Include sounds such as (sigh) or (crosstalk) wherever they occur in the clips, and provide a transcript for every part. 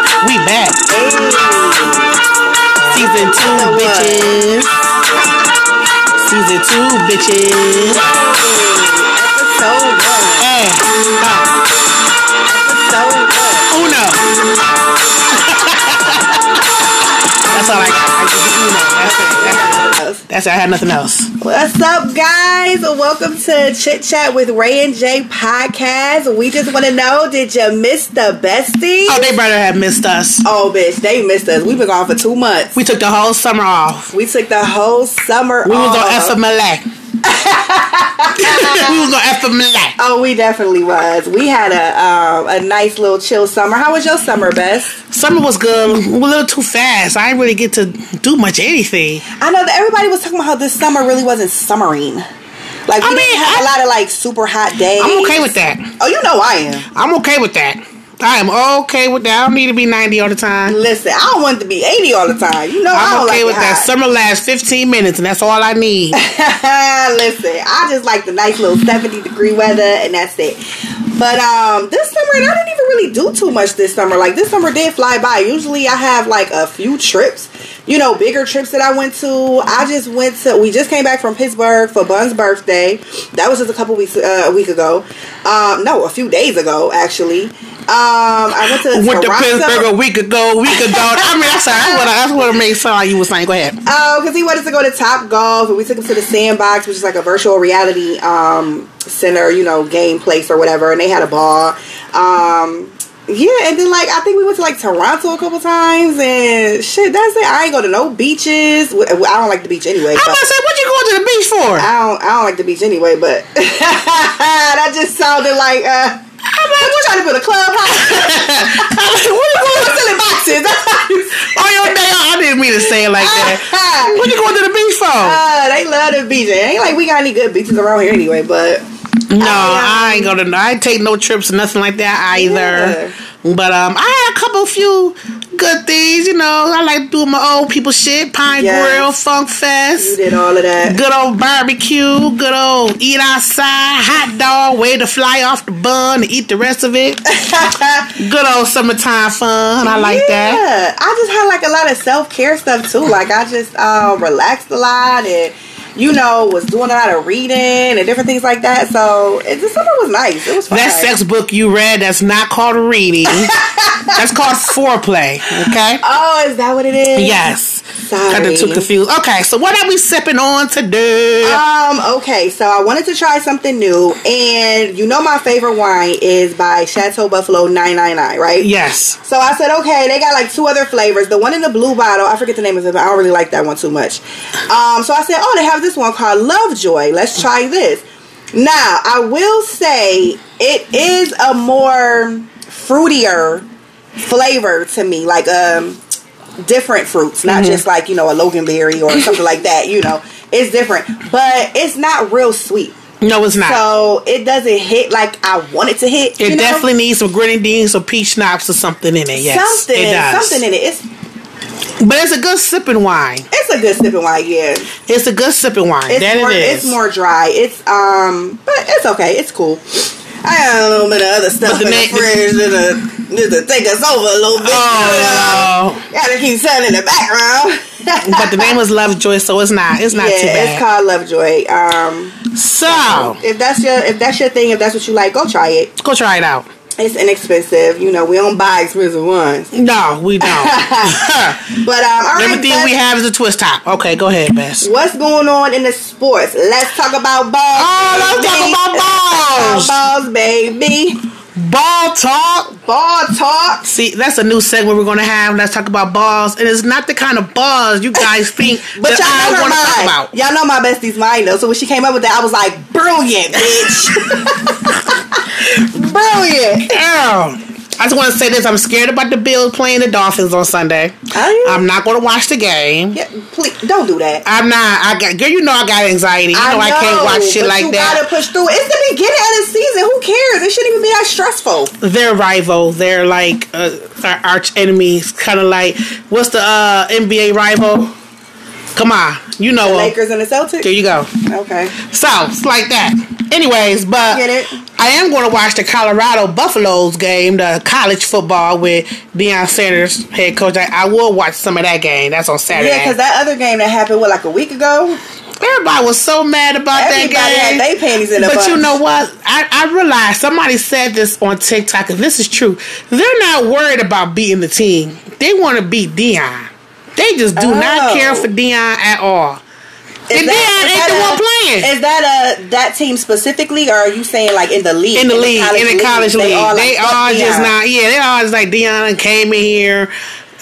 back. Season two, bitches. Season two, bitches. Episode one. Hey, uh, Episode one. uno. (laughs) That's all I got. I just did uno. That's it. That's it. That's it. I had nothing else. What's up, guys? Welcome to Chit Chat with Ray and Jay podcast. We just want to know, did you miss the bestie? Oh, they better have missed us. Oh, bitch, they missed us. We've been gone for two months. We took the whole summer off. We took the whole summer We was on off. FMLA. (laughs) we was on FMLA. Oh, we definitely was. We had a um, a nice little chill summer. How was your summer, Bess? Summer was good. A little too fast. I didn't really get to do much anything. I know that everybody was talking about how this summer really wasn't summering. Like we I mean, didn't have a I- lot of like super hot days. I'm okay with that. Oh, you know I am. I'm okay with that. I am okay with that. I don't need to be 90 all the time. Listen, I don't want it to be eighty all the time. You know I I'm don't okay like with it that. hot. Summer lasts 15 minutes, and that's all I need. (laughs) Listen, I just like the nice little 70 degree weather and that's it. But um this summer and I didn't even really do too much this summer. Like this summer did fly by. Usually I have like a few trips, you know, bigger trips that I went to. I just went to we just came back from Pittsburgh for Bun's birthday. That was just a couple weeks uh, a week ago. Um no, a few days ago actually. Um I went to Went to Toronto. Pittsburgh a week ago, week ago. I mean, I'm sorry. I want to. I want to make sure you was saying. Go ahead. Oh, because he wanted to go to Top Golf, and we took him to the Sandbox, which is like a virtual reality um, center, you know, game place or whatever. And they had a ball. Um, yeah, and then like I think we went to like Toronto a couple times, and shit. That's it. I ain't go to no beaches. W- I don't like the beach anyway. I'm so- about to say, what you going to the beach for? I don't. I don't like the beach anyway. But (laughs) that just sounded like. Uh, I'm like, we're trying to build a clubhouse. (laughs) (laughs) what you going? We're selling boxes. (laughs) That's how you Oh, your day. I didn't mean to say it like that. (laughs) What you going to the beach for? Uh, they love the beach. It ain't like we got any good beaches around here anyway, but No, I ain't going to. I ain't take no trips or nothing like that either. But um, I had a couple few good things. You know, I like doing my old people shit. Pine Yes. Grill, Funk Fest. you did all of that. Good old barbecue, good old eat outside, hot dog, way to fly off the bun and eat the rest of (laughs) it. Good old summertime fun. I like that. Yeah. I just had like a lot of self care stuff too. Like I just um, relaxed a lot and you know was doing a lot of reading and different things like that. So it, the summer was nice. It was fun. That sex book you read that's not called (laughs) reading. that's called foreplay. Okay? Oh, is that what it is? Yes. Got Sorry. the two confused. Okay, so what are we sipping on today? Um, okay, so I wanted to try something new, and you know my favorite wine is by Chateau Buffalo 999, right? yes. So I said, okay, they got like two other flavors. The one in the blue bottle, I forget the name of it, but I don't really like that one too much. Um, so I said, oh, they have this one called Lovejoy. Let's try this. Now, I will say it is a more fruitier flavor to me, like um, different fruits, not Mm-hmm. just like, you know, a loganberry (coughs) or something like that, you know. It's different, but it's not real sweet. No, it's not. So it doesn't hit like I want it to hit. Ah. it you know? definitely needs some grenadines, some peach schnapps, or something in it. Yes, something, it does. something in it. It's But it's a good sipping wine. It's a good sipping wine, yeah. It's a good sipping wine. It's that more, it is. It's more dry. It's um, but it's okay. It's cool. I had a little bit of other stuff But in the the next- fridge that'll, that'll take us over a little bit. (laughs) Oh, you know? gotta keep something in the (laughs) background. but the name is Lovejoy, so it's not. It's not yeah, too it's bad. Oh. called Lovejoy. Um, so if that's your if that's your thing, if that's what you like, go try it. go try it out. It's inexpensive. You know, we don't buy expensive ones. No, we (laughs) don't. (laughs) But um, all right, Everything we Beth, have is a twist top. Okay, go ahead, Bess. What's going on in the sports? Let's talk about balls. Oh, let's baby. talk about balls. Balls, baby. Ball talk. Ball talk. See, that's a new segment we're gonna have. Let's talk about balls, and it's not the kind of balls you (laughs) guys think But that y'all know I her want to talk mind. about. Y'all know my bestie's mind though. So when she came up with that, I was like, brilliant, (laughs) bitch. brilliant. Girl, I just want to say this: I'm scared about the Bills playing the Dolphins on Sunday. I, I'm not gonna watch the game. yeah, please don't do that. I'm not. I got girl. You know I got anxiety. You know I, can't watch shit but like you that. gotta push through. It's the beginning of the season. Who cares? It shouldn't even be that stressful. their rival, their like uh, our arch enemies, kind of like what's the uh, NBA rival? Come on, you know 'em. Lakers and the Celtics. There you go. Okay. So it's like that. Anyways, but Get it? I am going to watch the Colorado Buffaloes game, the college football with Deion Sanders head coach. I, I will watch some of that game. That's on Saturday. Yeah, because that other game that happened, what, like a week ago? Everybody was so mad about that Everybody game. had they panties in a but bunch. you know what? I, I realized somebody said this on TikTok, and this is true. They're not worried about beating the team. They want to beat Dion. They just do Oh. not care for Dion at all. Is And Deion ain't the one playing. Is that a that team specifically, or are you saying like in the league? In the league, in the college league, they are, like, fuck just Deion. not. Yeah, they are just like Dion came in here.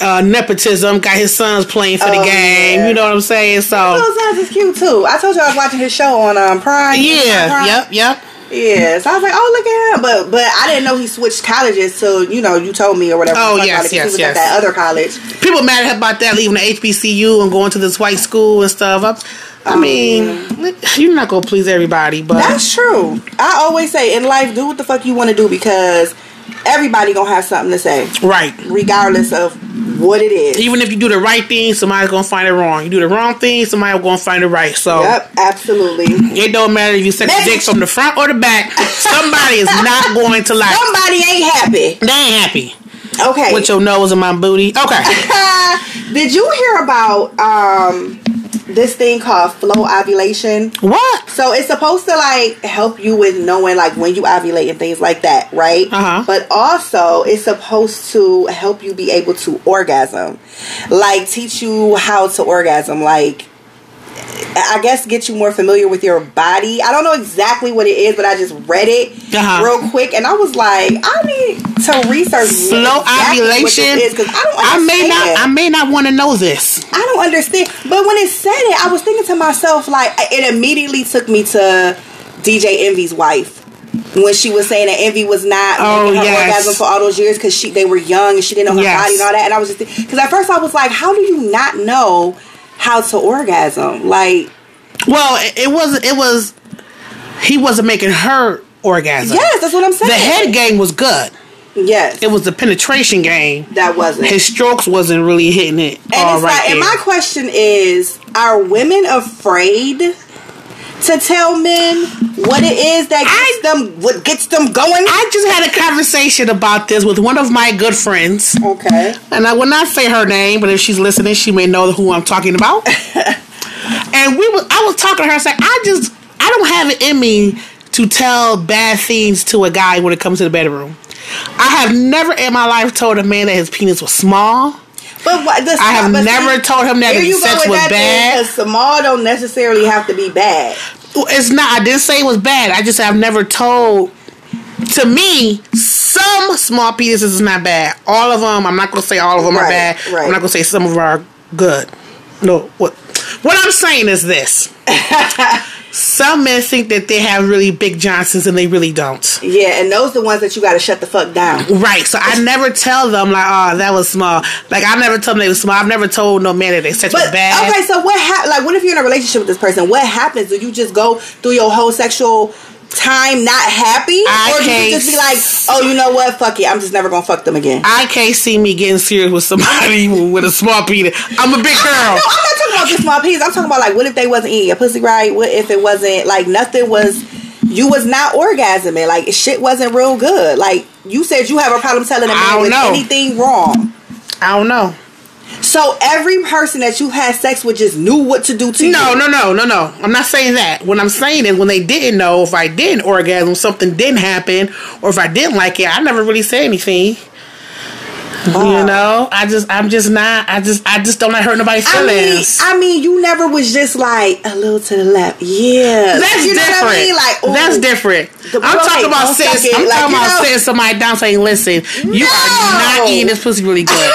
Uh, nepotism got his sons playing for Oh, the game. yeah. You know what I'm saying? So Those guys Oh, is cute too. I told you I was watching his show on um, Prime. yeah, Prime. yep, yep. Yeah, so I was like, oh look at him, but but I didn't know he switched colleges till you know you told me or whatever. Oh, Talking yes, about it, 'cause he yes, was yes. At that other college. people mad about that leaving the HBCU and going to this white school and stuff. I, I mean, you're not gonna please everybody, but Oh, That's true. I always say in life, do what the fuck you want to do because everybody gonna have something to say, right. regardless of what it is. Even if you do the right thing, somebody's gonna find it wrong. You do the wrong thing, somebody's gonna find it right. So Yep, absolutely. it don't matter if you suck Next. the dick from the front or the back. Somebody is not going to like. Somebody ain't happy. They ain't happy Okay. with your nose and my booty. Okay, (laughs) Did you hear about um this thing called flow ovulation? what? So it's supposed to like help you with knowing like when you ovulate and things like that, right? Uh-huh. But also it's supposed to help you be able to orgasm. Like teach you how to orgasm like I guess get you more familiar with your body. I don't know exactly what it is, but I just read it Uh-huh. real quick, and I was like, I need to research Slow ovulation. because I don't. I may understand. not. I may not want to know this. I don't understand. But when it said it, I was thinking to myself, like, it immediately took me to DJ Envy's wife when she was saying that Envy was not Oh, making her yes. orgasm for all those years because she they were young and she didn't know her Yes. body and all that. And I was just because at first I was like, how do you not know how to orgasm? Like, Well, it, it was. It was. He wasn't making her orgasm. yes, that's what I'm saying. The head game was good. yes, It was the penetration game. that wasn't. His strokes wasn't really hitting it And all it's right like, and there. my question is, are women afraid to tell men what it is that gets them what gets them going? I just had a conversation about this with one of my good friends, okay. and I will not say her name, but if she's listening, she may know who I'm talking (laughs) about. and we, was, I was talking to her, saying, "I just, I don't have it in me to tell bad things to a guy when it comes to the bedroom. I have never in my life told a man that his penis was small." But what, the, I have but never told him that here his you go sex with was that bad. Because small don't necessarily have to be bad. It's not. I didn't say it was bad. I just I've never told. To me, some small penises is not bad. All of them. I'm not gonna say all of them Right, are bad. right. I'm not gonna say some of them are good. No. What What I'm saying is (laughs) this. some men think that they have really big Johnsons and they really don't. Yeah, and those the ones that you got to shut the fuck down. Right, so I never tell them like, oh, that was small. Like I never tell them they was small. I've never told no man that they sex was But bad. okay, so what? hap like, what if you're in a relationship with this person? What happens? Do you just go through your whole sexual time not happy, I or do you can't just be like, oh, you know what? Fuck it, I'm just never gonna fuck them again. I can't see me getting serious with somebody (laughs) with a small penis. I'm a big girl. No, I'm not talking about just small peas. I'm talking about like, what if they wasn't eating your pussy right? What if it wasn't like nothing was, you was not orgasming? Like shit wasn't real good. Like you said, you have a problem telling a I man don't with know. anything wrong. I don't know. So every person that you had sex with just knew what to do to you. No, no, no, no, no. I'm not saying that. What I'm saying is when they didn't know if I didn't orgasm, something didn't happen, or if I didn't like it, I never really said anything. Wow. Oh. You know, I just, I'm just not. I just, I just don't like hurt nobody's I mean, feelings. I mean, you never was just like a little to the left. Yeah, that's you know different. What I mean? Like ooh. that's different. The I'm boy talking about don't suck sis. it, I'm like, talking you about know- sitting somebody down saying, "Listen, you are No. not eating this pussy really good."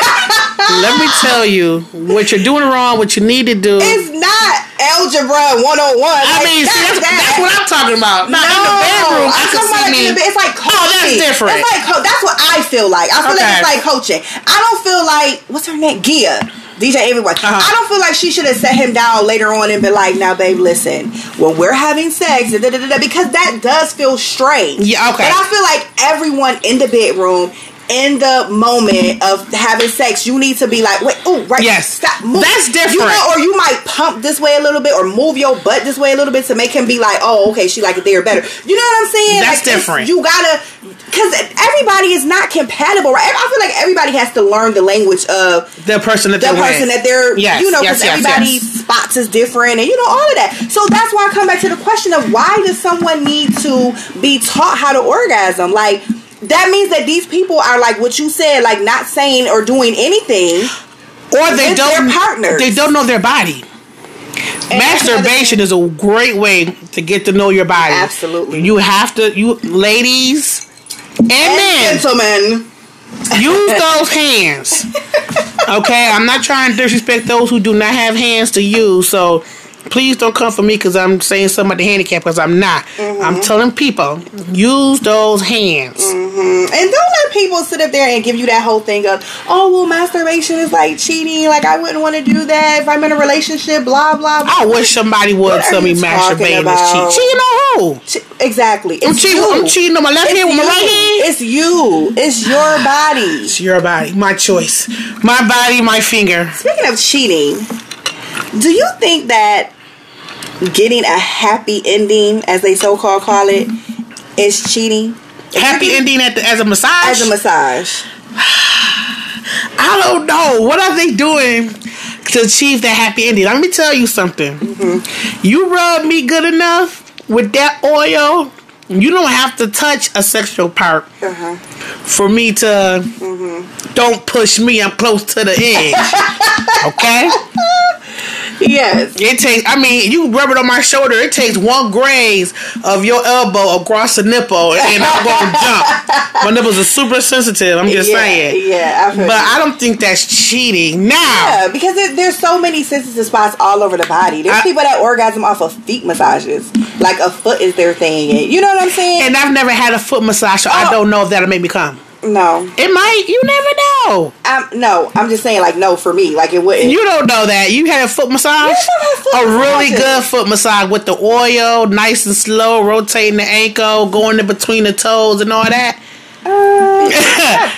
Let me tell you what you're doing wrong. What you need to do. (laughs) It's not algebra one on one. I mean, see, that's, that's what I'm talking about. Not in the bedroom. I, I'm can talking about see like me. Oh, in the bed- It's like coaching. that's different. It's like co- that's what I feel like. I feel like Okay. it's like coaching. I don't feel like what's her name, Gia, DJ Everyone. Uh-huh. I don't feel like she should have set him down later on and been like, "Now, babe, listen, well, we're having sex," da, da, da, da, da, because that does feel strange. Yeah, okay. And I feel like everyone in the bedroom in the moment of having sex, you need to be like, wait, oh, right, Yes. stop, move. That's different. You know, or you might pump this way a little bit, or move your butt this way a little bit to make him be like, oh, okay, she like it there better. You know what I'm saying? That's Like, it's- different. You gotta, because everybody is not compatible. Right? I feel like everybody has to learn the language of the person that they're the person with. that they're Yes, you know yes, because yes, everybody's spots is different and you know all of that so that's why i come back to the question of why does someone need to be taught how to orgasm like that means that these people are like what you said like not saying or doing anything or they with don't their partners. they don't know their body. And Masturbation is a great way to get to know your body. Absolutely. you have to. You ladies and, men, and gentlemen (laughs) use those hands. Okay, I'm not trying to disrespect those who do not have hands to use. So please don't come for me because I'm saying something about the handicap because I'm not. Mm-hmm. I'm telling people use those hands. and don't let people sit up there and give you that whole thing of oh well masturbation is like cheating like i wouldn't want to do that if i'm in a relationship blah blah blah I wish somebody would What are tell me you talking masturbating is about? cheating. Cheating on who? Che- exactly I'm It's cheating, you. I'm cheating on my left It's hand with my you. right hand. It's you. It's your body. It's your body, my choice. My body, my finger. Speaking of cheating, do you think that getting a happy ending, as they so called call it, is cheating? Happy ending at the, as a massage. As a massage. I don't know. What are they doing to achieve that happy ending? Let me tell you something. Mm-hmm. You rub me good enough with that oil, you don't have to touch a sexual part Uh-huh. Mm-hmm. for me to. Don't push me. I'm close to the edge. (laughs) okay. Yes. It takes. I mean, you rub it on my shoulder. It takes one graze of your elbow across the nipple, and I'm (laughs) gonna jump. My nipples are super sensitive. I'm just yeah, saying. Yeah, I've heard But you. I don't think that's cheating. Now, Yeah, because there, there's so many sensitive spots all over the body. There's I- people that orgasm off of feet massages. Like a foot is their thing. And you know what I'm saying? and I've never had a foot massage, so I Oh. don't know if that'll make me come. no. It might. You never know. I'm, no, I'm just saying, like, no, for me. Like, it wouldn't. You don't know that. You had a foot massage. Yes, I've had foot a really massages. good foot massage with the oil, nice and slow, rotating the ankle, going in between the toes, and all that. Uh, (laughs) not (laughs)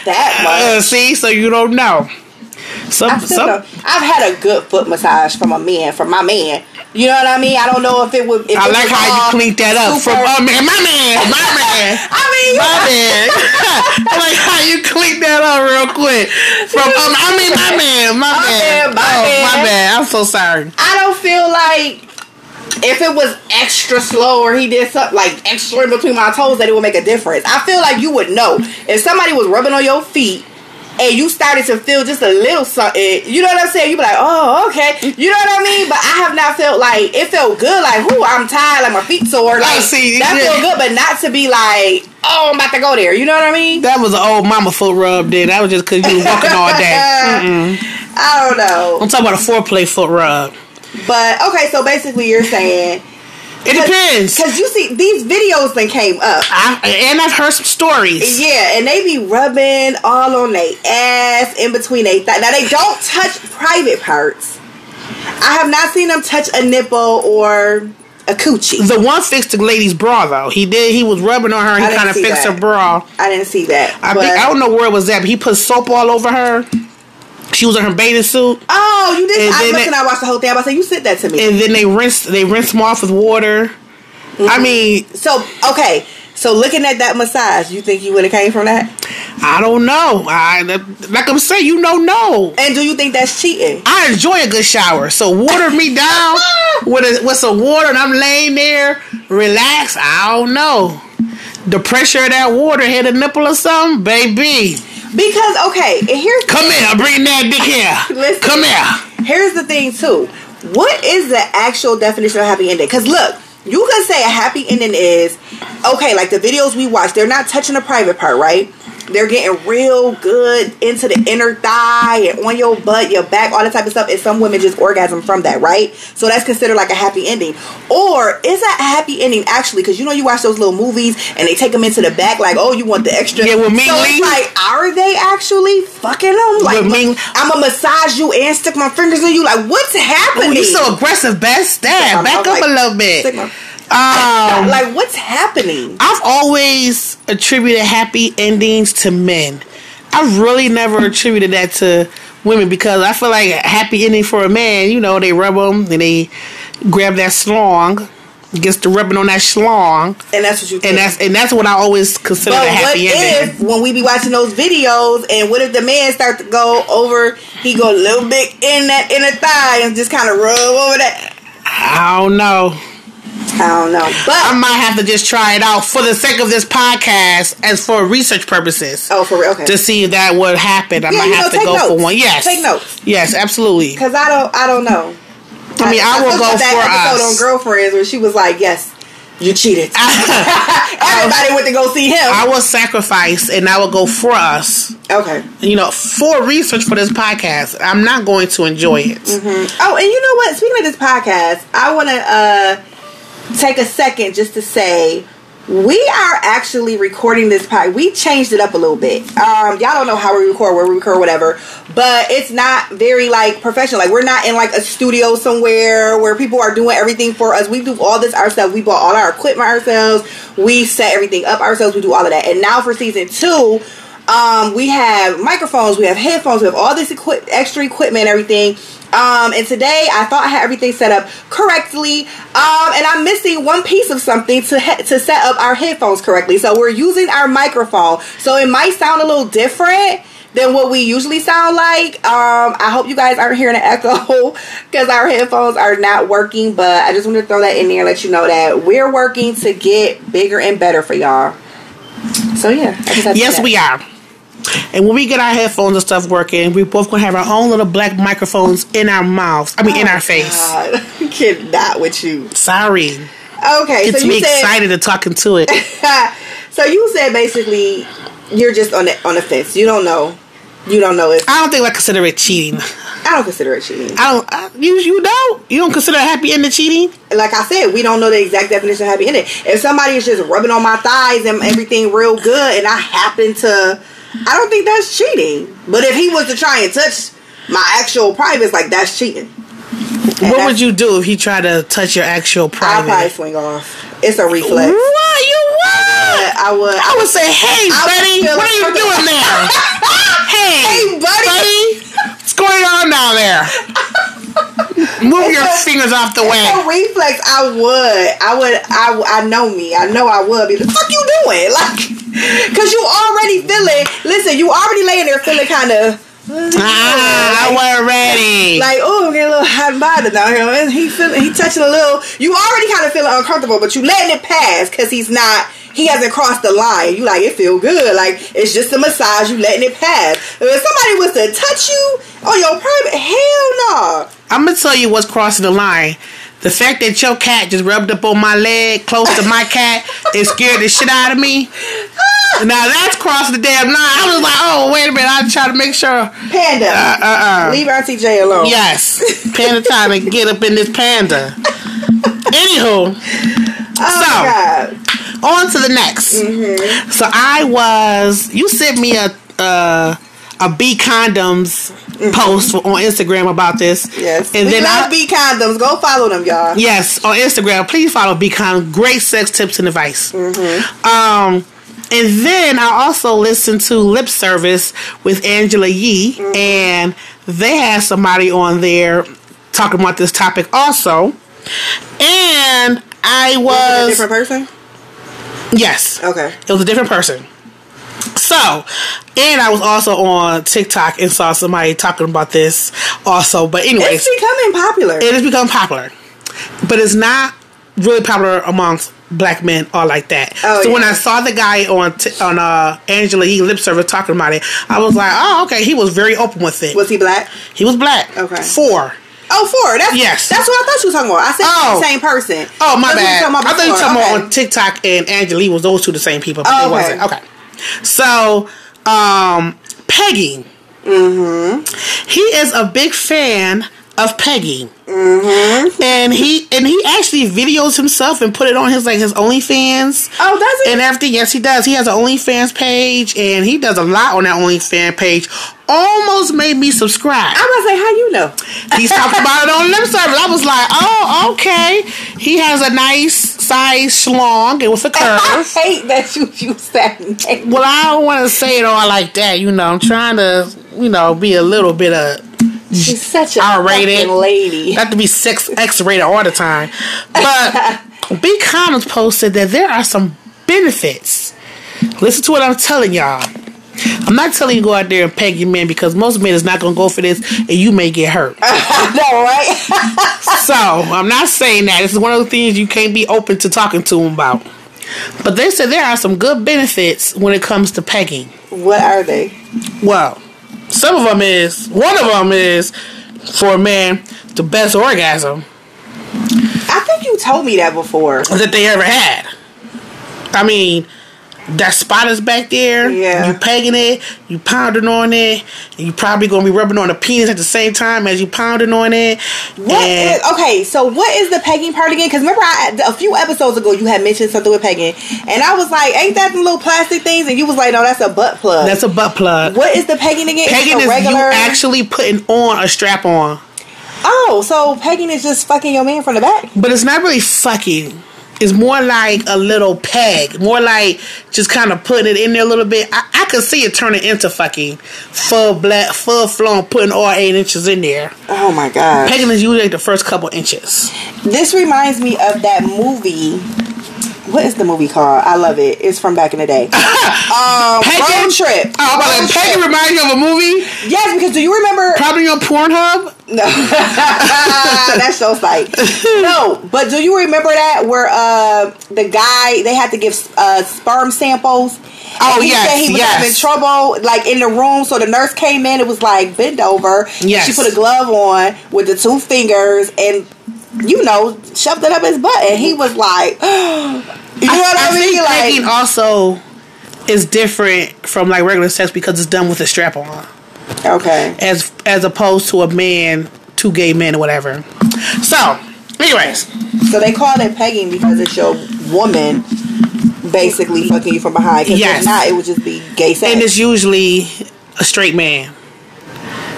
that Uh, much. see, so you don't know. Some, I still some, don't- I've had a good foot massage from a man, from my man. You know what I mean? I don't know if it would. If I it like was how all you cleaned that up super- from oh man, my man, my (laughs) man, I mean, you my man. (laughs) I like how you cleaned that up real quick from um, I mean my man, my, My man, man, my oh, man. my man. I'm so sorry. I don't feel like if it was extra slow or he did something like extra in between my toes that it would make a difference. I feel like you would know if somebody was rubbing on your feet. And you started to feel just a little something. You know what I'm saying? You be like, oh, okay. You know what I mean? But I have not felt like it felt good. Like, whoo, I'm tired. Like my feet sore. Like see, that yeah. feel good, but not to be like, oh, I'm about to go there. You know what I mean? That was an old mama foot rub. Then that was just because you were walking all (laughs) day. I don't know. I'm talking about a foreplay foot rub. But okay, so basically you're saying It depends. because you see these videos then came up. I, and I've heard some stories. Yeah, and they be rubbing all on their ass in between they thigh. Now they don't touch private parts. I have not seen them touch a nipple or a coochie. The one fixed the lady's bra though. He did. He was rubbing on her. And he I didn't kind of see fixed that. her bra. I didn't see that. I but- think I don't know where it was at, but he put soap all over her. She was in her bathing suit, Oh, you did. And I then looked it- and I watched the whole thing. I was like, you sent that to me. and then they rinsed they rinsed them off with water. Mm-hmm. I mean, so okay, so looking at that massage, you think you would have came from that? I don't know. I like I'm saying, you don't know. And do you think that's cheating? I enjoy a good shower, so water me (laughs) down with a, with some water, and I'm laying there relaxed. I don't know. The pressure of that water hit a nipple or something, baby. Because okay, and here's Come here, I'm bringing that dick here. Listen. Come here. Here's the thing too. What is the actual definition of happy ending? Because look, you can say a happy ending is okay, like the videos we watch, they're not touching the private part, right? They're getting real good into the inner thigh and on your butt, your back, all that type of stuff. And some women just orgasm from that, right? So that's considered like a happy ending. Or is that a happy ending actually? Because you know you watch those little movies and they take them into the back, like oh you want the extra. Yeah, with so Ming it's Lee. like are they actually fucking them? Like With Ming- I'm gonna massage you and stick my fingers in you. Like, what's happening? Ooh, you so aggressive, best I'm- dad. Back I'm up like- a little bit. Stick my- Um, like, what's happening? I've always attributed happy endings to men. I really never attributed that to women because I feel like a happy ending for a man, you know, they rub them and they grab that slong, gets the rubbing on that slong, and that's what you think. and that's and that's what I always consider But a what happy ending. if when we be watching those videos, and what if the man start to go over? He go a little bit in that inner thigh and just kind of rub over that. I don't know. I don't know, I but might have to just try it out for the sake of this podcast, as for research purposes, oh, for real, okay. to see if that would happen. I Yeah, might you have know, to go take for notes. one. Yes, Take notes. Yes, absolutely. Cause I don't, I don't know. I mean, I, will feel go about for uh, that episode on us. Girlfriends where she was like, "Yes, (laughs) you cheated." (laughs) Everybody went to go see him. I will sacrifice, and I will go for us. okay. You know, for research for this podcast, I'm not going to enjoy it. Oh, and you know what? Speaking of this podcast, I want to uh, take a second just to say we are actually recording this pod. We changed it up a little bit. Um, y'all don't know how we record, where we record, whatever, but it's not very like professional. Like we're not in like a studio somewhere where people are doing everything for us. We do all this ourselves. We bought all our equipment ourselves. We set everything up ourselves. We do all of that. And now for season two. Um, we have microphones, we have headphones, we have all this equi- extra equipment and everything. Um, and today I thought I had everything set up correctly. Um, and I'm missing one piece of something to he- to set up our headphones correctly. So we're using our microphone. So it might sound a little different than what we usually sound like. Um, I hope you guys aren't hearing an echo (laughs) because our headphones are not working. But I just wanted to throw that in there and let you know that we're working to get bigger and better for y'all. So yeah, I just had to Yes, say that. we are. And when we get our headphones and stuff working, we both gonna have our own little black microphones in our mouths. I mean, in our face. Oh, God, (laughs) cannot with you. Sorry, Okay, gets so me you said excited to talking to (laughs) it. so you said basically you're just on the on the fence. You don't know. You don't know if I don't think I consider it cheating. I don't consider it cheating. I don't. I, you you don't. You don't consider a happy ending cheating. Like I said, we don't know the exact definition of happy ending. If somebody is just rubbing on my thighs and everything real good, and I happen to, I don't think that's cheating. But if he was to try and touch my actual privates, like that's cheating. And what that's- would you do if he tried to touch your actual I'd private? probably swing off. It's a reflex. What you But what? I would. I would say, hey I would buddy, feel what are you like- doing (laughs) (laughs) there? hey, Hey, buddy. what's going on down there? Move your a- fingers off the way. a reflex, I would, I would, I, w- I know me, I know I would be. The fuck you doing? (laughs) Like, cause you already feeling. Listen, you already laying there feeling kind of. Ah, we're ready. Like, oh, I'm getting a little hot and bothered down here. And he feeling, he touching a little. You already kind of feeling uncomfortable, but you letting it pass because he's not. He hasn't crossed the line. You like it feel good. Like it's just a massage. You letting it pass. If somebody was to touch you on your private, hell no. I'm gonna tell you what's crossing the line. The fact that your cat just rubbed up on my leg close to my cat and scared the shit out of me. Now that's crossing the damn line. I was like, oh wait a minute, I try to make sure. Panda, Uh uh. leave Auntie J alone. Yes, panda trying to get up in this panda. Anywho, Oh So- my God. on to the next. Mm-hmm. So I was. You sent me a uh, a B condoms post on Instagram about this. Mm-hmm. Yes. and we then love I B condoms. Go follow them, y'all. Yes, on Instagram. Please follow Becon. Great sex tips and advice. Mm-hmm. Um, and then I also listened to Lip Service with Angela Yee, Mm-hmm. and they had somebody on there talking about this topic also. And I Was it a was different person? yes, Okay. it was a different person. So, and I was also on TikTok and saw somebody talking about this also. But anyways, It's becoming popular. it has become popular, but it's not really popular amongst black men or like that. Oh, so when yeah. I saw the guy on t- on uh, Angela Yee lip service talking about it, I was like, oh, okay, he was very open with it. was he black? he was black. Okay. Four. Oh, four. That's Yes. That's what I thought you were talking about. I said Oh. the same person. Oh my That's what bad. we were I thought you were before. talking about Okay. on TikTok and Angela Yee was those two the same people, but Oh, they okay. wasn't. Okay. So, um, Peggy. Mm-hmm. He is a big fan of Peggy. Mm-hmm. And he and he actually videos himself and put it on his like his OnlyFans Oh, that's it. and everything. Yes, he does. He has an OnlyFans page and he does a lot on that OnlyFans page. Almost made me subscribe. I'm gonna say how you know. He's talked about it on lip service. I was like, oh, okay. He has a nice size schlong. It was a (laughs) I curve. hate that you use that name. well, I don't want to say it all like that. You know, I'm trying to, you know, be a little bit of She's such a R-rated. (laughs) fucking lady. not to be six X rated all the time. But Big Commons posted that there are some benefits. Listen to what I'm telling y'all. I'm not telling you go out there and peg your man because most men is not gonna go for this and you may get hurt. I know, right? (laughs) so I'm not saying that. This is one of the things you can't be open to talking to them about. But they said there are some good benefits when it comes to pegging. what are they? Well, some of them is one of them is for a man the best orgasm I think you told me that before. that they ever had. I mean, that spot is back there. Yeah. You pegging it, you pounding on it, and you probably gonna be rubbing on the penis at the same time as you pounding on it. What and is- okay? So what is the pegging part again? Because remember, I, a few episodes ago, you had mentioned something with pegging, and I was like, "Ain't that the little plastic things?" And you was like, "No, that's a butt plug." that's a butt plug. what is the pegging again? It's Pegging just is a regular. you actually putting on a strap on, oh, so pegging is just fucking your man from the back. but it's not really fucking. It's more like a little peg, more like just kind of putting it in there a little bit. I, I could see it turning into fucking full black, full flown, putting all eight inches in there. Oh my god! Pegging is usually like the first couple inches. this reminds me of that movie. What is the movie called? I love it. It's from back in (laughs) the day. um, Pegging? road Oh, trip. I'm about Road to pegging Trip. reminds you of a movie, Yes, because do you remember? probably on Pornhub. No, (laughs) that's so site. No, but do you remember that where uh the guy they had to give uh sperm samples? Oh, and he yes, said he was yes. having trouble like in the room. So the nurse came in. It was like bend over. Yes. she put a glove on with the two fingers and you know shoved it up his butt, and he was like, (gasps) you know what I, I mean? think pegging Like, also is different from like regular sex because it's done with a strap on. okay, as as opposed to a man, two gay men or whatever. So, anyways, so they call it pegging because it's your woman. Basically, fucking you from behind. 'Cause Yes. If not, it would just be gay sex. and it's usually a straight man.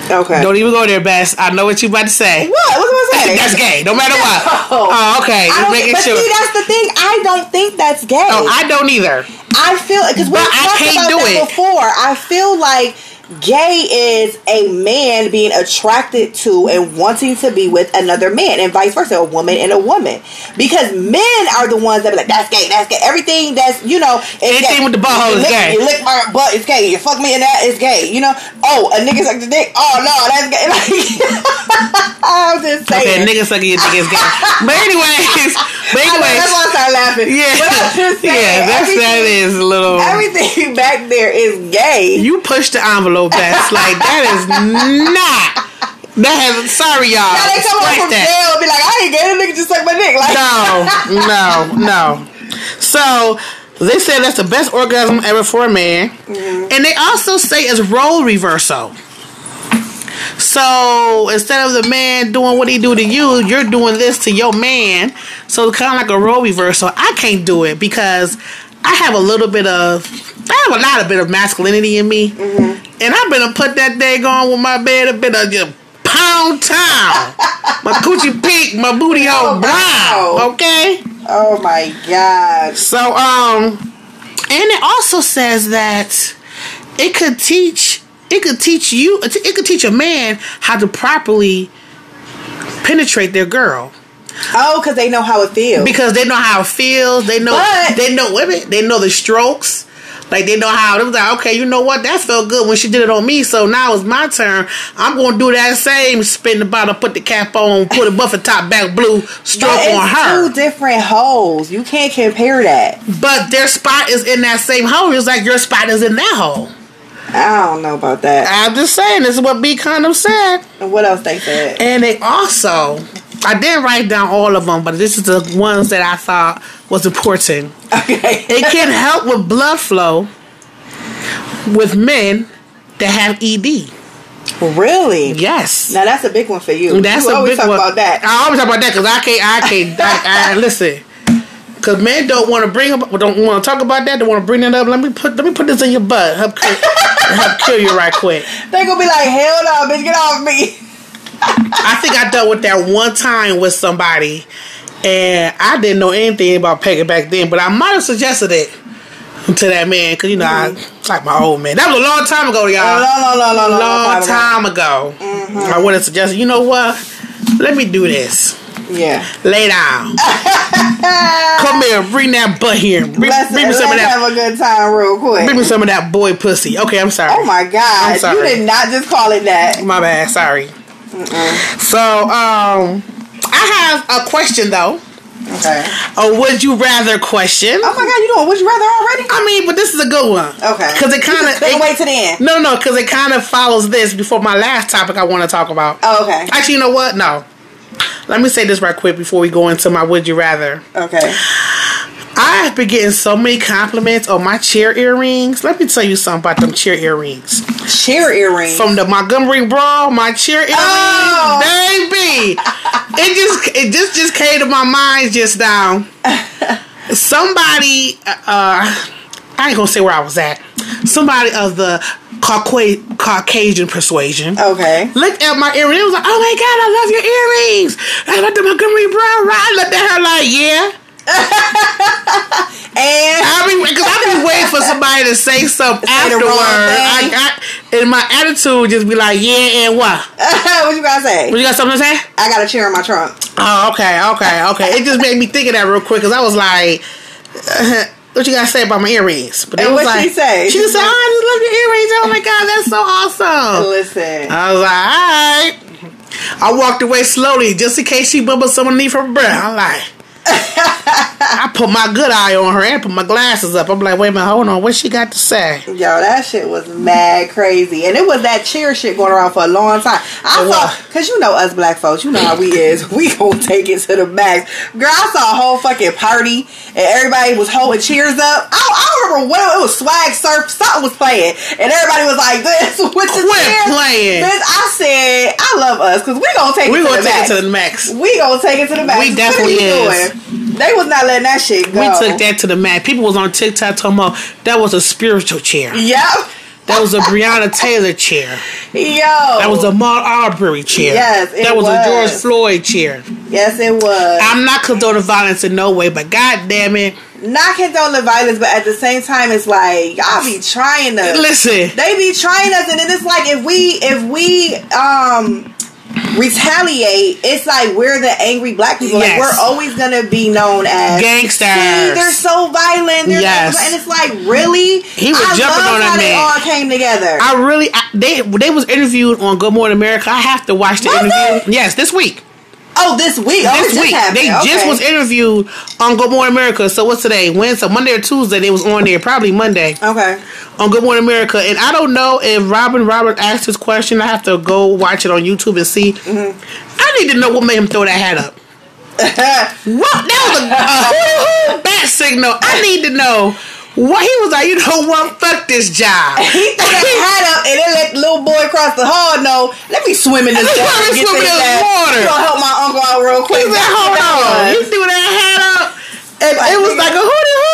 Okay. Don't even go there, Bess. I know what you about to say. what? What's I saying? That's gay, no matter what. No. Oh, okay. I Just don't making think, but sure. see, that's the thing. I don't think that's gay. Oh, I don't either. I feel because we But I talked can't about do that it. before. I feel like gay is a man being attracted to and wanting to be with another man, and vice versa, a woman and a woman. Because men are the ones that be like, "That's gay. That's gay." Everything that's you know, it's Anything gay. with the butthole is you lick, gay. You lick my butt, it's gay. You fuck me in that, it's gay. You know. Oh, a nigga sucked the dick. Oh no, that's gay. (laughs) Like, I'm just saying. Okay, niggas sucking your dick is (laughs) gay. But anyways, but I know, that's why anyways, I started laughing. yeah, But I'm just (laughs) saying, yeah, that's that everything- is a little. Everything back there is gay. You push the envelope, Bess. Like that (laughs) is not. That has. Sorry, y'all. now they come Scratch home from that. jail and be like, I ain't gay. The nigga just sucked my dick. Like, no, no, no. So they said that's the best orgasm ever for a man, Mm-hmm. and they also say it's role reversal. So instead of the man doing what he do to you, you're doing this to your man. So it's kind of like a role reversal. I can't do it because I have a little bit of, I have a lot of bit of masculinity in me, Mm-hmm. and I've been to put that day on with my bed a bit of just pound town. my coochie pink, my booty Oh, hole wow. brown. Okay. Oh my god. So, um, and it also says that it could teach, it could teach you, it could teach a man how to properly penetrate their girl Oh, because they know how it feels. because they know how it feels. They know, But- they know women, they know the strokes. Like they know how it was like, okay, you know what? That felt good when she did it on me, so now it's my turn. I'm gonna do that same spin the bottle, put the cap on, put a buffer top back blue, stroke but on it's her. two different holes. You can't compare that. But their spot is in that same hole. It's like your spot is in that hole. I don't know about that. I'm just saying, this is what B Condom said. And what else they said? And they also, I didn't write down all of them, but this is the ones that I thought was important. Okay. It (laughs) can help with blood flow with men that have ED. really? Yes. Now that's a big one for you. That's you a always big talk one. about that. I always talk about that because I can't. I can't. I, I, listen, because men don't want to bring up, don't want to talk about that. Don't want to bring that up. Let me put. Let me put this in your butt. Help kill, help kill you right quick. They gonna be like, hell no, bitch, get off me. I think I dealt with that one time with somebody, And I didn't know anything about Peggy back then, but I might have suggested it to that man because you know I like my old man. That was a long time ago, y'all. no, no, no, no, Mm-hmm. no, long no. time ago. Mm-hmm. I would have suggested, you know what? Let me do this. Yeah. Lay (laughs) down. Come here. Bring that butt here. Bring, Let's, bring me let's some of that. have a good time real Bring me quick. some of that boy pussy. Okay, I'm sorry. Oh my I'm God. You sorry. did not just call it that. My bad. Sorry. So, um, I have a question though. Okay. A Oh, would you rather question? Oh my God, you doing Would You Rather already? I mean, but this is a good one. Okay. Because it kind of. Then (laughs) wait to the end. No, no, because it kind of follows this before my last topic I want to talk about. Oh, okay. Actually, you know what? No. Let me say this right quick before we go into my would you rather. Okay. I have been getting so many compliments on my cheer earrings. Let me tell you something about them cheer earrings. Cheer earring. From the Montgomery Brawl, my cheer earrings, Oh. baby. it just it just just came to my mind just now. Somebody, uh, I ain't gonna say where I was at. Somebody of the Cauca- Caucasian persuasion. okay. Looked at my earrings. It was like, oh my god, I love your earrings. I love the Montgomery Brown ride. I looked at her like, yeah. And (laughs) I mean, because I've been waiting for somebody to say something Say the afterward. wrong thing. I, I, and my attitude just be like, yeah, and what? what you gotta say? But you got something to say? I got a chair in my trunk. Oh, okay, okay, okay. It just made me think of that real quick because I was like, (laughs) what you got to say about my earrings? But they And was what she like- say? She just said, oh, I just love your earrings. Oh my god, that's so awesome. Listen. I was like, all right. I walked away slowly just in case she bubbled someone underneath her breath. I'm (laughs) like, I put my good eye on her and put my glasses up. I'm like, wait a minute, hold on. What she got to say? Yo, that shit was mad crazy, and it was that cheer shit going around for a long time. I It was. saw, cause you know us black folks, you know how we is. (laughs) We gonna take it to the max. Girl, I saw a whole fucking party, and everybody was holding cheers up. I, I don't remember what it was. Swag surf, something was playing, and everybody was like this (laughs) with the Quit cheer. playing. Bitch, I said, I love us, cause we gonna take We it to gonna the max. take it to the max. we gonna take it to the max. We What are definitely you is. doing? They was not letting that shit go. We took that to the max. People was on TikTok talking about that was a spiritual chair. Yep. That was a Breonna Taylor chair. Yo. That was a Maud Arbery chair. Yes, it that was, a George was. Floyd chair. Yes, it was. I'm not condoning violence in no way, but god damn it. not condoning violence, but at the same time, it's like y'all be trying to. Listen. They be trying us, and then it's like if we if we um retaliate, it's like we're the angry black people. Yes. Like we're always gonna be known as. See, they're Gangsters. so violent. They're Yes. so- and it's like really. He was I jumping love on that how they man. all came together. I really I, they they was interviewed on Good Morning America. I have to watch the Was interview. Yes, this week. oh, this week. Oh, it this just week happened. they just Okay. was interviewed on Good Morning America. So what's today? Wednesday, Monday or Tuesday? They was on there probably Monday Okay. on Good Morning America. And I don't know if Robin Roberts asked his question. I have to go watch it on YouTube and see. Mm-hmm. I need to know what made him throw that hat (laughs) up. What? That was a, a hoo-hoo bat signal. I need to know. What he was like, you know what? Fuck this job. (laughs) He threw that hat up and then let the little boy across the hall know, let me swim in this Let me water. and swim in get this this ass. water." You gonna help my uncle out real quick. He said, hold on. You threw that hat up, and Like, it was nigga. like a hooty hoo.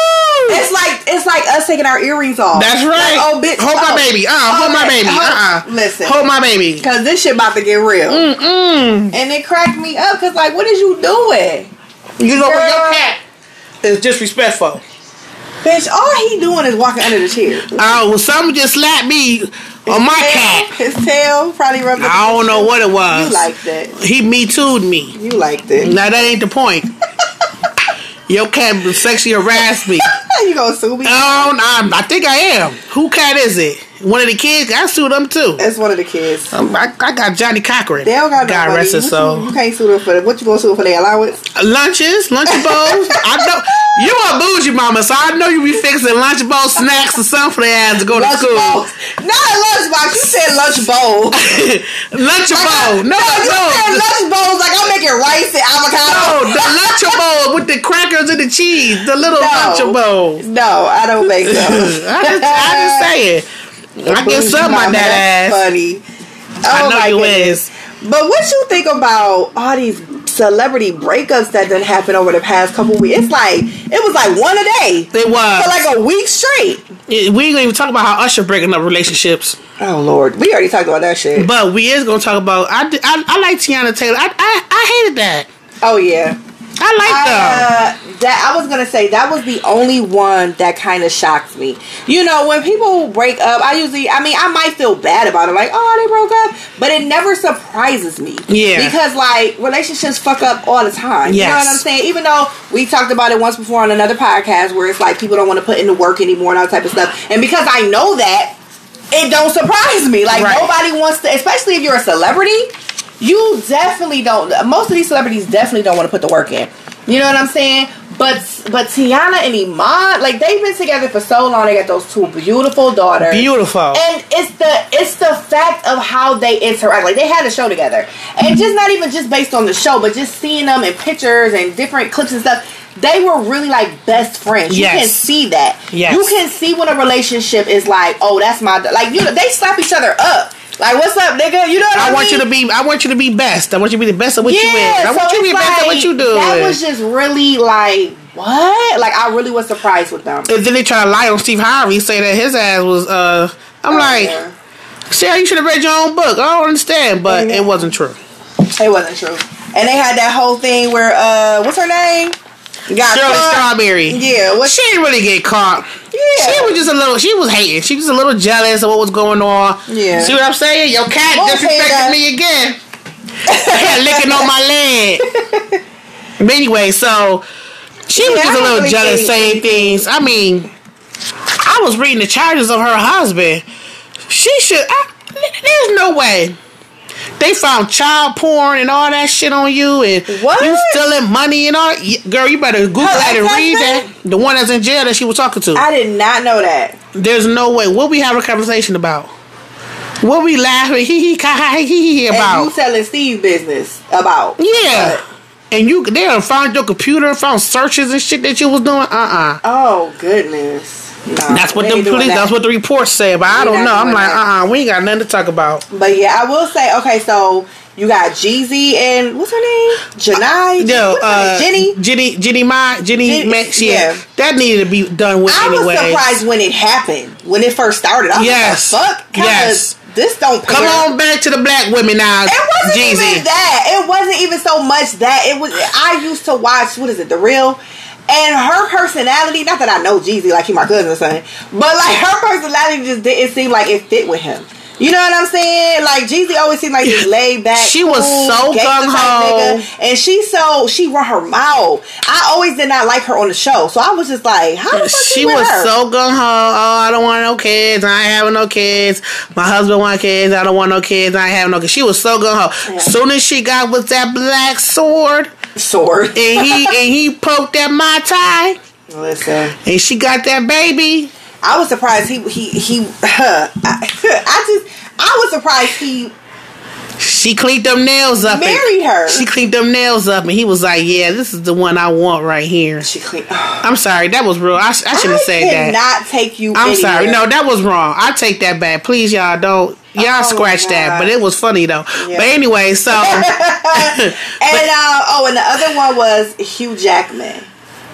It's like it's like us taking our earrings off. That's right. Like, oh bitch. Hold my oh. baby. Uh, hold my that- baby. hold- Uh, uh Listen. Hold my baby. Cause this shit about to get real. Mm-mm. And it cracked me up because like what is you doing? You know what? Girl. Your cat is disrespectful. Bitch, all he doing is walking under the chair. Oh, well, someone just slapped me on my cat. His tail probably rubbed I don't know what it was. You like that. He me too'd me. You like that. Now that ain't the point. Your cat sexually harassed me. (laughs) you gonna sue me? Oh, I'm, I think I am. Who cat is it? One of the kids? I sued them too. That's one of the kids. Um, I, I got Johnny Cochran. They don't got God no money. rest his What soul. You, you can't sue them for what you gonna sue them for their allowance? lunches, lunch bowls. I know you a bougie mama, so I know you be fixing lunch bowl snacks or something for their ass to go to Lunch school. bowl. Not a lunch box. You said lunch bowl. (laughs) lunch bowl, no, you said no. lunch bowls like I'm making rice and No, avocado. Oh, the lunch bowl with the crackers and the cheese, the little No. lunch bowl. (laughs) No, I don't make I those. just, I just saying, (laughs) I get some Mama, on that that's ass. Funny. I Oh, my know you goodness. is. But what you think about all these celebrity breakups that done happened over the past couple weeks? It's like it was like one a day It for was. like a week straight. We ain't gonna even talk about how Usher breaking up relationships. Oh Lord, we already talked about that shit. But we is gonna talk about. I, did- I, I like Tiana Taylor. I, I I hated that. Oh yeah, I like them. I, uh, that I was gonna say that was the only one that kind of shocked me. You know, when people break up, I usually, I mean, I might feel bad about it, like, oh, they broke up, but it never surprises me. Yeah. because like relationships fuck up all the time. You know Yes. what I'm saying? Even though we talked about it once before on another podcast, where it's like people don't want to put in the work anymore and all that type of stuff, and because I know that. It don't surprise me. Like Right. nobody wants to, especially if you're a celebrity. You definitely don't. Most of these celebrities definitely don't want to put the work in. You know what I'm saying? But but Tiana and Iman, like they've been together for so long. They got those two beautiful daughters. Beautiful. And it's the it's the fact of how they interact. Like they had a show together, and just not even just based on the show, but just seeing them in pictures and different clips and stuff. They were really like best friends. You can Yes. see that. Yes. You can see when a relationship is like, oh, that's my like. You know, they slap each other up. Like, what's up, nigga? You know what I, I want you mean? to be. I want you to be best. I want you to be the best at what you is. I want you to be it's the best at what you do. That was just really like what? Like I really was surprised with them. and then they try to lie on Steve Harvey, say that his ass was. uh I'm Oh, like, yeah. Sarah, you should have read your own book. I don't understand, but it wasn't true. it wasn't true. And they had that whole thing where uh, what's her name? Got Shirley caught. Strawberry. Yeah, what? She didn't really get caught. Yeah. She was just a little. She was hating. She was a little jealous of what was going on. Yeah. See what I'm saying? Your cat Come on, Peter. disrespected me again. Cat licking on my leg. (laughs) But anyway, so she was Yeah, I just a don't little really jealous, think- saying things. I mean, I was reading the charges of her husband. She should. I, there's no way. They found child porn and all that shit on you, and What? you stealing money and all. y- Girl, you better Google Her that and read that. ex-husband? The one that's in jail that she was talking to. I did not know that. There's no way. What we have a conversation about? What we laughing hee hee ka ha hee hee hee And you about? telling Steve business about? yeah. And you they done found your computer, found searches and shit that you was doing. Uh uh Oh goodness. No, That's what we the Uh, ain't doing police. that. That's what the reports say. But I We don't not know. I'm doing like that. uh uh We ain't got nothing to talk about. But yeah, I will say okay. So you got Jeezy and what's her name? Janai. No, What's her name? uh, Jenny. Jenny, Jenny, my Jenny, Jenny- Max. Yeah, yeah. that needed to be done with I anyway. was surprised when it happened, when it first started. I was Yes. like, "Fuck, kinda, Yes. this don't Come pair." on back to the black women now. It wasn't Jeezy. even that. It wasn't even so much that. It was. I used to watch. What is it? The real. And her personality, not that I know Jeezy like he my cousin or something, but like her personality just didn't seem like it fit with him. You know what I'm saying? Like Jeezy always seemed like he laid back. She was so gangster type gung-ho. nigga, and she so she run her mouth. I always did not like her on the show, so I was just like, how the fuck she you with was her? so gung ho. Oh, I don't want no kids. I ain't having no kids. My husband want kids. I don't want no kids. I ain't having no kids. She was so gung ho. Yeah. Soon as she got with that black sword (laughs) sword. and (laughs) he and he poked that my tie Listen, and she got that baby. I was surprised he he he. Huh, I, (laughs) I just I was surprised he She cleaned them nails up. and- married her. she cleaned them nails up, and he was like, "Yeah, this is the one I want right here." (sighs) She clean. I'm sorry, that was real. I, sh- I shouldn't have said that. Not take you. I'm anywhere. sorry. No, that was wrong. I take that back. Please, y'all don't. Y'all Oh, scratch that. God. But it was funny though. Yeah. But anyway, (laughs) so And uh, oh, and the other one was Hugh Jackman.